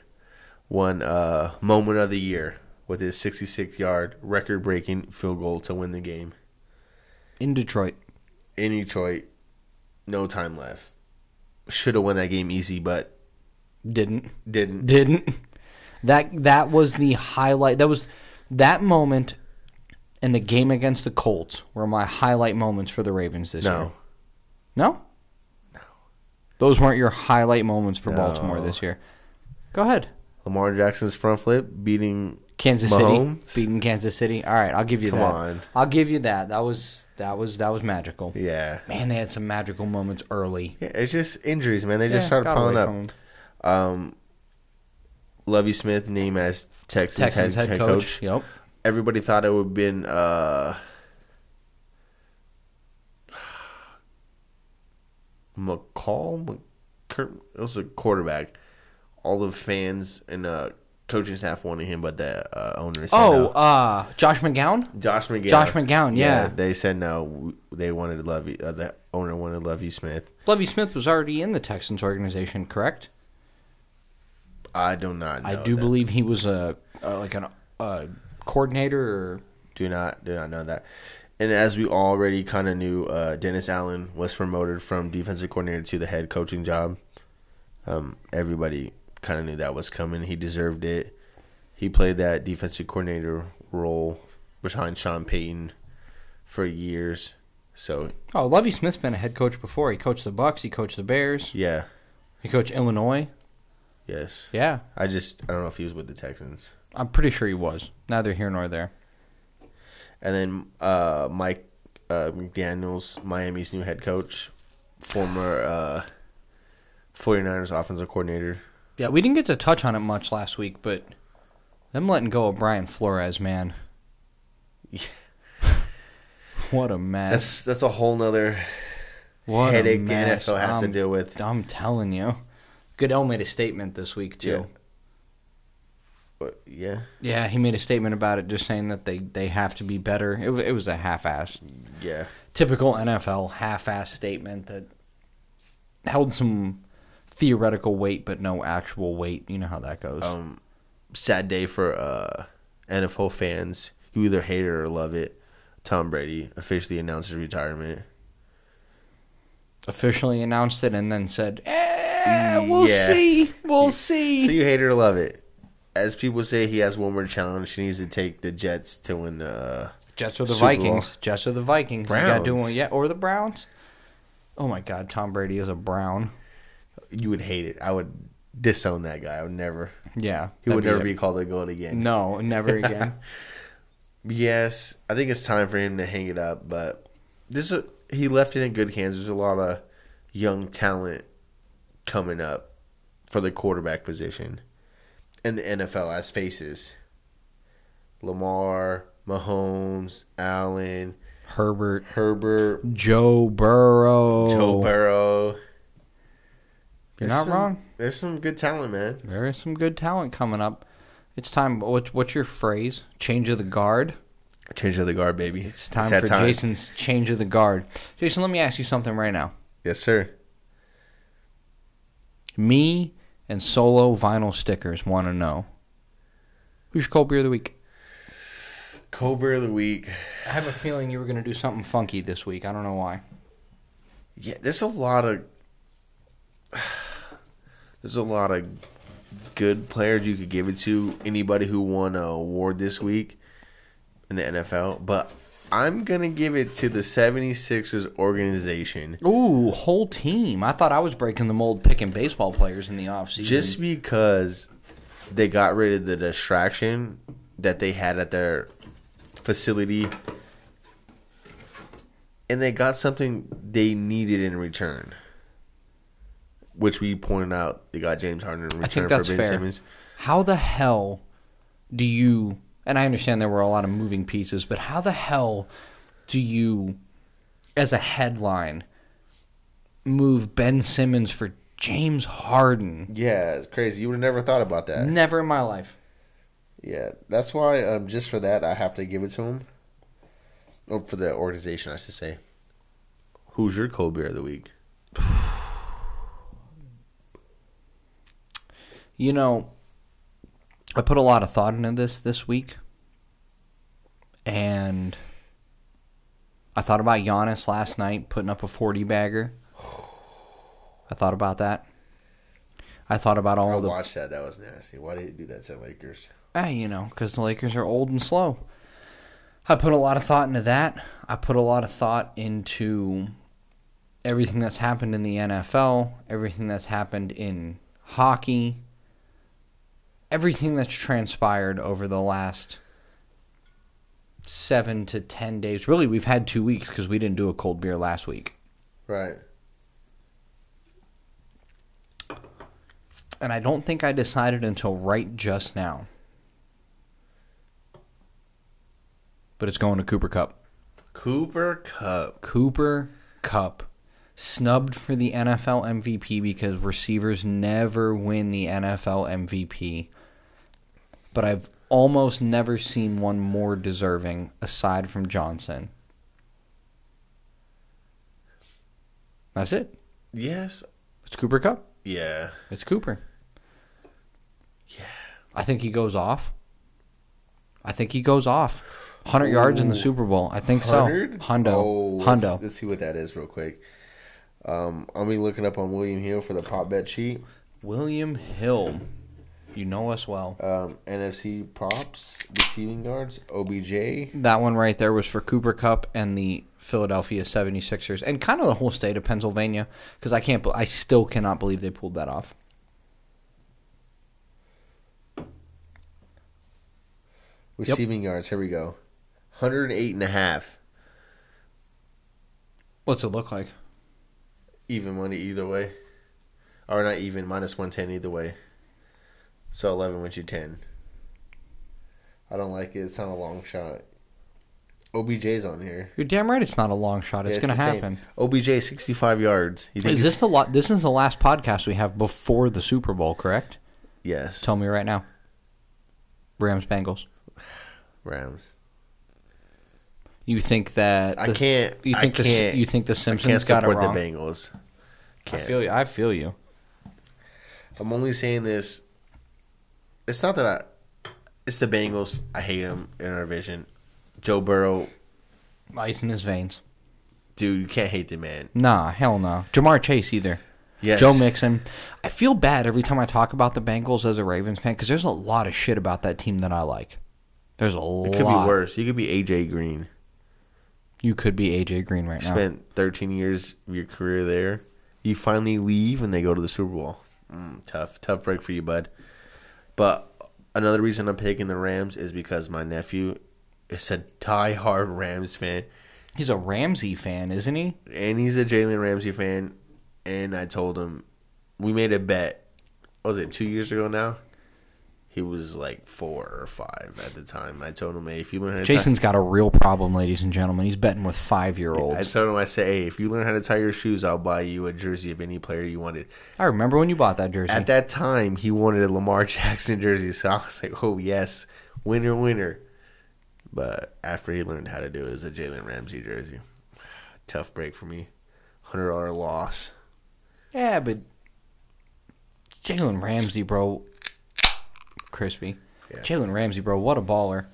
Speaker 2: won uh, moment of the year with his 66 yard record breaking field goal to win the game
Speaker 1: In Detroit.
Speaker 2: in Detroit. No time left. Should have won that game easy, but
Speaker 1: Didn't.
Speaker 2: didn't.
Speaker 1: Didn't. That that was the highlight. That was that moment and the game against the Colts were my highlight moments for the Ravens this year.
Speaker 2: No.
Speaker 1: No? No. Those weren't your highlight moments for Baltimore
Speaker 2: No.
Speaker 1: this year. Go ahead.
Speaker 2: Lamar Jackson's front flip beating
Speaker 1: Kansas
Speaker 2: Mahomes?
Speaker 1: City beating Kansas City. All right, I'll give you
Speaker 2: Come
Speaker 1: that.
Speaker 2: on.
Speaker 1: I'll give you that. That was that was that was magical.
Speaker 2: Yeah.
Speaker 1: Man, they had some magical moments early.
Speaker 2: Yeah, it's just injuries, man. They just
Speaker 1: Yeah,
Speaker 2: started
Speaker 1: got
Speaker 2: piling
Speaker 1: away
Speaker 2: up.
Speaker 1: from 'em.
Speaker 2: Um, Lovey Smith named as Texas,
Speaker 1: Texans head, coach. Yep.
Speaker 2: Everybody thought it would have been uh, McCall. McCur- it was a quarterback. All the fans and uh, coaching staff wanted him, but the uh, owner said
Speaker 1: Oh,
Speaker 2: no.
Speaker 1: uh, Josh McGowan.
Speaker 2: Josh McGowan.
Speaker 1: Josh McGowan, yeah.
Speaker 2: they said no. They wanted Lovey. Uh, the owner wanted Lovey Smith.
Speaker 1: Lovey Smith was already in the Texans organization, correct?
Speaker 2: I do not. Know
Speaker 1: I do
Speaker 2: that.
Speaker 1: believe he was a, a like an a coordinator. Or,
Speaker 2: Do not do not know that. And as we already kind of knew, uh, Dennis Allen was promoted from defensive coordinator to the head coaching job. Um, everybody kind of knew that was coming. He deserved it. He played that defensive coordinator role behind Sean Payton for years. So
Speaker 1: oh, Lovey Smith's been a head coach before. He coached the Bucks. He coached the Bears.
Speaker 2: yeah,
Speaker 1: He coached Illinois.
Speaker 2: yes.
Speaker 1: Yeah,
Speaker 2: I just I don't know if he was with the Texans.
Speaker 1: I'm pretty sure he was. Neither here nor there.
Speaker 2: And then uh, Mike uh, McDaniels, Miami's new head coach, former uh, 49ers offensive coordinator.
Speaker 1: Yeah, we didn't get to touch on it much last week, but them letting go of Brian Flores, man. what a mess.
Speaker 2: That's that's a whole nother
Speaker 1: what
Speaker 2: headache the NFL has to
Speaker 1: I'm-
Speaker 2: deal with.
Speaker 1: I'm telling you. Goodell made a statement this week, too.
Speaker 2: But yeah,
Speaker 1: Yeah, he made a statement about it, just saying that they, they have to be better. It, wa- it was a half-assed,
Speaker 2: yeah.
Speaker 1: typical NFL half-assed statement that held some theoretical weight, but no actual weight. You know how that goes.
Speaker 2: Um, sad day for uh, NFL fans. You either hate it or love it. Tom Brady officially announced his retirement.
Speaker 1: officially announced it and then said, eh, "We'll
Speaker 2: Yeah.
Speaker 1: see, we'll
Speaker 2: So
Speaker 1: see."
Speaker 2: you hate it or love it. As people say, he has one more challenge. He needs to take the Jets to win the. Uh,
Speaker 1: Jets or the
Speaker 2: Super Bowl.
Speaker 1: Vikings. Jets or the Vikings. You gotta do
Speaker 2: Browns.
Speaker 1: one- yeah, or the Browns. Oh my God, Tom Brady is a Brown.
Speaker 2: you would hate it. I would disown that guy. I would never.
Speaker 1: Yeah,
Speaker 2: He would
Speaker 1: that'd
Speaker 2: never be
Speaker 1: it.
Speaker 2: called a goat again.
Speaker 1: No, never again.
Speaker 2: Yes, I think it's time for him to hang it up. But this is he left it in good hands. There's a lot of young talent coming up for the quarterback position in the NFL as faces. Lamar, Mahomes, Allen,
Speaker 1: Herbert,
Speaker 2: Herbert,
Speaker 1: Joe Burrow.
Speaker 2: Joe Burrow.
Speaker 1: You're
Speaker 2: There's
Speaker 1: not
Speaker 2: some-
Speaker 1: wrong.
Speaker 2: There's some good talent, man.
Speaker 1: There is some good talent coming up. It's time. What, what's your phrase? Change of the guard.
Speaker 2: Change of the guard, baby.
Speaker 1: It's time
Speaker 2: that
Speaker 1: for Jason's change of the guard. Jason, let me ask you something right now.
Speaker 2: Yes, sir.
Speaker 1: Me and Solo Vinyl Stickers want to know who's your cold beer of the week.
Speaker 2: Cold beer of the week.
Speaker 1: I have a feeling you were going to do something funky this week. I don't know why.
Speaker 2: Yeah, there's a lot of there's a lot of good players you could give it to. Anybody who won an award this week in the NFL, but I'm gonna give it to the 76ers organization
Speaker 1: Ooh, whole team. I thought I was breaking the mold picking baseball players in the offseason.
Speaker 2: just because they got rid of the distraction that they had at their facility. And they got something they needed in return, which we pointed out. They got James Harden in return
Speaker 1: I think that's
Speaker 2: for Ben
Speaker 1: fair.
Speaker 2: Simmons.
Speaker 1: How the hell do you? And I understand there were a lot of moving pieces, but how the hell do you, as a headline, move Ben Simmons for James Harden?
Speaker 2: Yeah, it's crazy. You would have never thought about that.
Speaker 1: Never in my life.
Speaker 2: Yeah, that's why. Um, just for that, I have to give it to him. Oh, for the organization, I should say. Who's your cold beer of the week?
Speaker 1: You know, I put a lot of thought into this this week, and I thought about Giannis last night putting up a forty bagger. I thought about that. I thought about all
Speaker 2: I
Speaker 1: the
Speaker 2: watched that. That was nasty. Why did you do that to Lakers?
Speaker 1: Ah, you know, because the Lakers are old and slow. I put a lot of thought into that. I put a lot of thought into everything that's happened in the NFL, everything that's happened in hockey, everything that's transpired over the last seven to 10 days. Really, we've had two weeks because we didn't do a cold beer last week.
Speaker 2: Right.
Speaker 1: And I don't think I decided until right just now. But it's going to Cooper Cup.
Speaker 2: Cooper Cup.
Speaker 1: Cooper Cup. Snubbed for the NFL MVP because receivers never win the NFL MVP. But I've almost never seen one more deserving aside from Johnson. That's it.
Speaker 2: Yes.
Speaker 1: It's Cooper Cup.
Speaker 2: Yeah.
Speaker 1: It's Cooper.
Speaker 2: Yeah.
Speaker 1: I think he goes off. I think he goes off. 100 yards in the
Speaker 2: Ooh.
Speaker 1: Super Bowl. I think so.
Speaker 2: 100?
Speaker 1: Hundo.
Speaker 2: Oh, let's-
Speaker 1: Hundo.
Speaker 2: Let's, see what that is real quick. Um, I'll be looking up on William Hill for the prop bet sheet.
Speaker 1: William Hill. You know us well.
Speaker 2: Um, NFC props, receiving yards, OBJ.
Speaker 1: That one right there was for Cooper Cup and the Philadelphia 76ers and kind of the whole state of Pennsylvania because I can't be- I still cannot believe they pulled that off.
Speaker 2: Receiving yards, here we go. 108 and a half.
Speaker 1: What's it look like?
Speaker 2: Even money either way. Or not even, minus 110 either way. So 11 wins you 10. I don't like it. It's not a long shot. OBJ's on here.
Speaker 1: You're damn right it's not a long shot. It's
Speaker 2: Yeah,
Speaker 1: going to
Speaker 2: the same.
Speaker 1: happen.
Speaker 2: OBJ, 65 yards. You think
Speaker 1: Is
Speaker 2: he's-
Speaker 1: this the lot this is the last podcast we have before the Super Bowl, correct?
Speaker 2: Yes.
Speaker 1: Tell me right now. Rams Bengals.
Speaker 2: Rams.
Speaker 1: You think that
Speaker 2: I
Speaker 1: the-
Speaker 2: can't.
Speaker 1: You
Speaker 2: I
Speaker 1: think the
Speaker 2: can't-
Speaker 1: you think the
Speaker 2: I
Speaker 1: Simpsons
Speaker 2: can't
Speaker 1: got it
Speaker 2: support
Speaker 1: wrong?
Speaker 2: the Bengals.
Speaker 1: I
Speaker 2: Can't.
Speaker 1: feel you. I feel you.
Speaker 2: I'm only saying this. It's not that I. It's the Bengals. I hate them in our vision. Joe Burrow,
Speaker 1: Ice in his veins.
Speaker 2: dude, you can't hate the man.
Speaker 1: Nah, hell no. Jamar Chase either.
Speaker 2: Yes.
Speaker 1: Joe Mixon. I feel bad every time I talk about the Bengals as a Ravens fan because there's a lot of shit about that team that I like. There's a lot.
Speaker 2: It could be worse. You could be AJ Green.
Speaker 1: You could be AJ Green right now.
Speaker 2: Spent 13 years of your career there. You finally leave and they go to the Super Bowl. Mm, tough, tough break for you, bud. But another reason I'm picking the Rams is because my nephew is a die-hard Rams fan.
Speaker 1: He's a Ramsey fan, isn't he?
Speaker 2: and he's a Jalen Ramsey fan. And I told him we made a bet. What was it two years ago now? He was like four or five at the time. I told him, hey, if you learn how to
Speaker 1: Jason's got a real problem, ladies and gentlemen. He's betting with five year
Speaker 2: tie, I
Speaker 1: olds.
Speaker 2: told him, I said, hey, if you learn how to tie your shoes, I'll buy you a jersey of any player you wanted.
Speaker 1: I remember when you bought that jersey.
Speaker 2: At that time, he wanted a Lamar Jackson jersey, so I was like, oh yes, winner, winner. But after he learned how to do it, it was a Jalen Ramsey jersey. Tough break for me. Hundred dollar loss.
Speaker 1: yeah, but Jalen Ramsey, bro. Crispy.
Speaker 2: Yeah.
Speaker 1: Jalen Ramsey, bro. What a baller.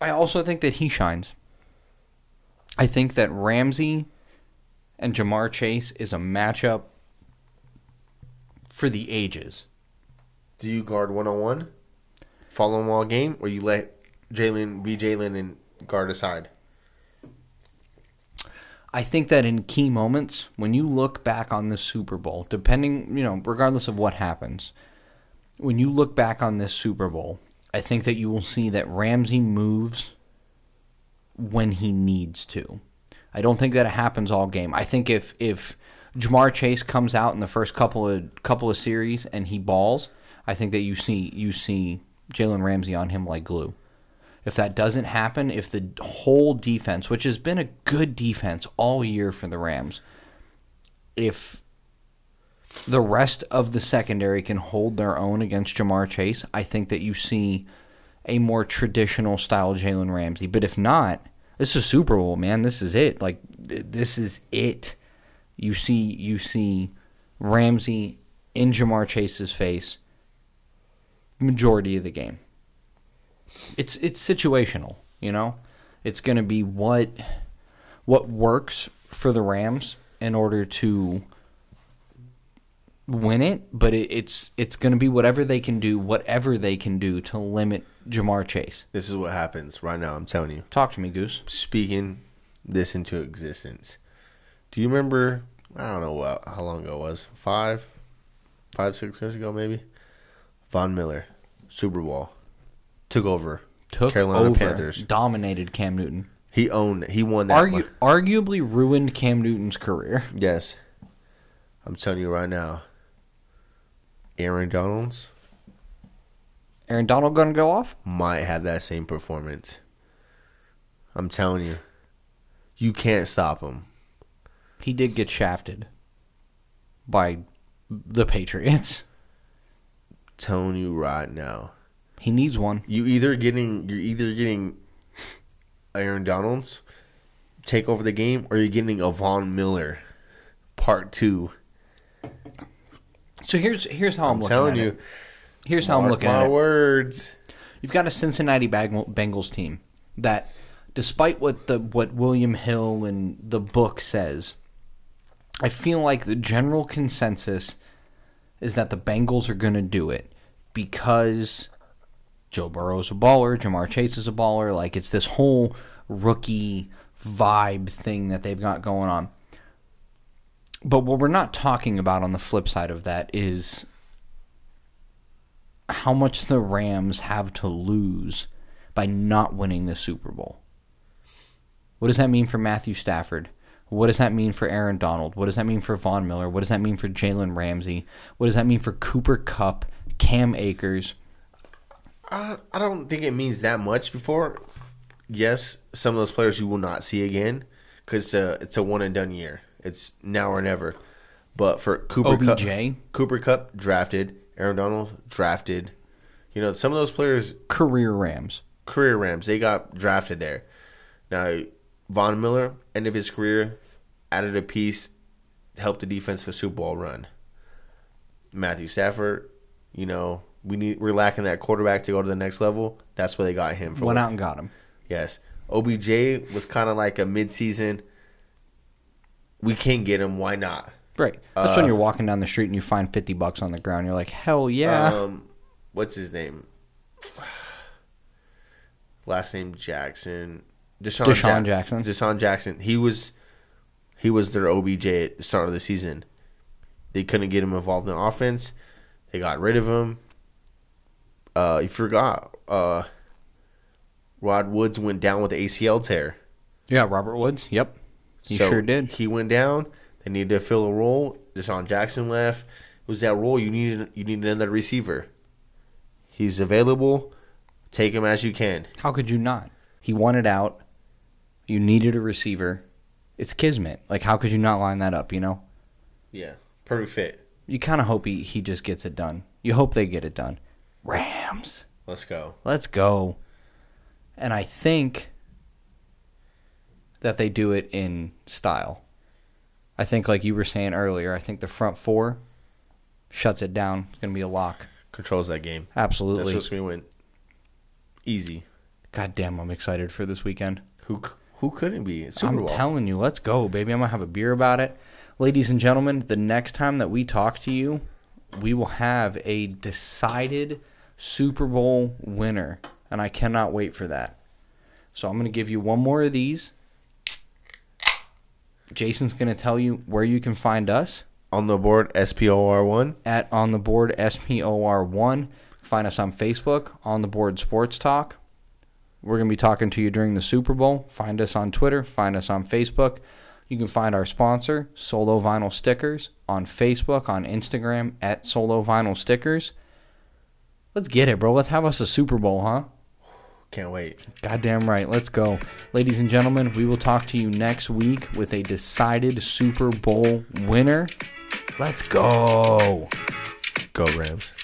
Speaker 1: I also think that he shines. I think that Ramsey and Jamar Chase is a matchup for the ages.
Speaker 2: Do you guard one on one, follow him all game, or you let Jalen be Jalen and guard aside?
Speaker 1: I think that in key moments, when you look back on this Super Bowl, depending, you know, regardless of what happens, when you look back on this Super Bowl, I think that you will see that Ramsey moves when he needs to. I don't think that it happens all game. I think if if Jamar Chase comes out in the first couple of couple of series and he balls, I think that you see you see Jalen Ramsey on him like glue. If that doesn't happen, if the whole defense, which has been a good defense all year for the Rams, if the rest of the secondary can hold their own against Jamar Chase, I think that you see a more traditional style Jalen Ramsey. But if not, this is Super Bowl, man. This is it. Like th- this is it. You see, you see Ramsey in Jamar Chase's face majority of the game. It's it's situational, you know. It's going to be what what works for the Rams in order to win it, but it, it's it's going to be whatever they can do, whatever they can do to limit Jamar Chase.
Speaker 2: This is what happens right now. I'm telling you.
Speaker 1: Talk to me, Goose.
Speaker 2: Speaking this into existence. Do you remember? I don't know what, how long ago it was. Five, five, six years ago, maybe. Von Miller, Super Bowl, took over
Speaker 1: Took
Speaker 2: Carolina
Speaker 1: over,
Speaker 2: Panthers.
Speaker 1: dominated Cam Newton.
Speaker 2: He owned. He won that.
Speaker 1: Argu-
Speaker 2: one.
Speaker 1: arguably ruined Cam Newton's career.
Speaker 2: Yes. I'm telling you right now. Aaron Donalds
Speaker 1: Aaron Donald going to go off?
Speaker 2: might have that same performance. I'm telling you. You can't stop him.
Speaker 1: He did get shafted by the Patriots.
Speaker 2: telling you right now.
Speaker 1: He needs one.
Speaker 2: You either getting you're either getting Aaron Donalds take over the game or you're getting a Von Miller part 2.
Speaker 1: So here's here's how I'm,
Speaker 2: I'm
Speaker 1: looking at
Speaker 2: telling you.
Speaker 1: it. Here's how I'm
Speaker 2: mark
Speaker 1: looking
Speaker 2: my
Speaker 1: at it.
Speaker 2: words.
Speaker 1: You've got a Cincinnati Bag- Bengals team that, despite what the what William Hill and the book says, I feel like the general consensus is that the Bengals are going to do it because Joe Burrow's a baller, Jamar Chase is a baller. Like it's this whole rookie vibe thing that they've got going on. But what we're not talking about on the flip side of that is how much the Rams have to lose by not winning the Super Bowl. What does that mean for Matthew Stafford? What does that mean for Aaron Donald? What does that mean for Von Miller? What does that mean for Jalen Ramsey? What does that mean for Cooper Cup, Cam Akers?
Speaker 2: I, I don't think it means that much before. Yes, some of those players you will not see again because it's a, it's a one and done year. It's now or never. But for Cooper
Speaker 1: OBJ?
Speaker 2: Cup, Cooper Cup drafted, Aaron Donald drafted. You know, some of those players
Speaker 1: Career Rams.
Speaker 2: career Rams. They got drafted there. Now, Von Miller, end of his career, added a piece, helped the defense for Super Bowl run. Matthew Stafford, you know, we need we're lacking that quarterback to go to the next level. That's where they got him from.
Speaker 1: Went out and got him.
Speaker 2: Yes. OBJ was kind of like a midseason. We can get him. Why not?
Speaker 1: Right. That's when you're walking down the street and you find 50 bucks on the ground. You're like, hell yeah.
Speaker 2: Um, what's his name? Last name Jackson. Deshaun,
Speaker 1: Deshaun Jackson.
Speaker 2: Deshaun Jackson. He was he was their OBJ at the start of the season. They couldn't get him involved in offense. They got rid of him. Uh, you forgot uh, Rod Woods went down with the ACL tear.
Speaker 1: yeah, Robert Woods. Yep. He sure did.
Speaker 2: He went down. They needed to fill a role. Deshaun Jackson left. It was that role you needed. You needed another receiver. He's available. Take him as you can.
Speaker 1: How could you not? He wanted out. You needed a receiver. It's kismet. Like, how could you not line that up, you know?
Speaker 2: Yeah, perfect fit.
Speaker 1: You kind of hope he, he just gets it done. You hope they get it done. Rams.
Speaker 2: Let's go.
Speaker 1: Let's go. And I think that they do it in style. I think, like you were saying earlier, I think the front four shuts it down. It's going to be a lock.
Speaker 2: Controls that game. That's
Speaker 1: Absolutely.
Speaker 2: what's gonna win. Easy.
Speaker 1: God damn, I'm excited for this weekend.
Speaker 2: Who c- who couldn't be? It's Super
Speaker 1: I'm
Speaker 2: Bowl.
Speaker 1: telling you, let's go, baby. I'm gonna have a beer about it. Ladies and gentlemen, the next time that we talk to you, we will have a decided Super Bowl winner, and I cannot wait for that. So I'm gonna give you one more of these. Jason's gonna tell you where you can find us
Speaker 2: On the board, SPOR one.
Speaker 1: at on the board SPOR1. Find us on Facebook, on the board Sports Talk. We're going to be talking to you during the Super Bowl. Find us on Twitter, find us on Facebook. You can find our sponsor, Solo Vinyl Stickers, on Facebook, on Instagram, at Solo Vinyl Stickers. Let's get it, bro. Let's have us a Super Bowl, huh?
Speaker 2: Can't wait.
Speaker 1: Goddamn right. Let's go. Ladies and gentlemen, we will talk to you next week with a decided Super Bowl winner. Let's go.
Speaker 2: Go Rams.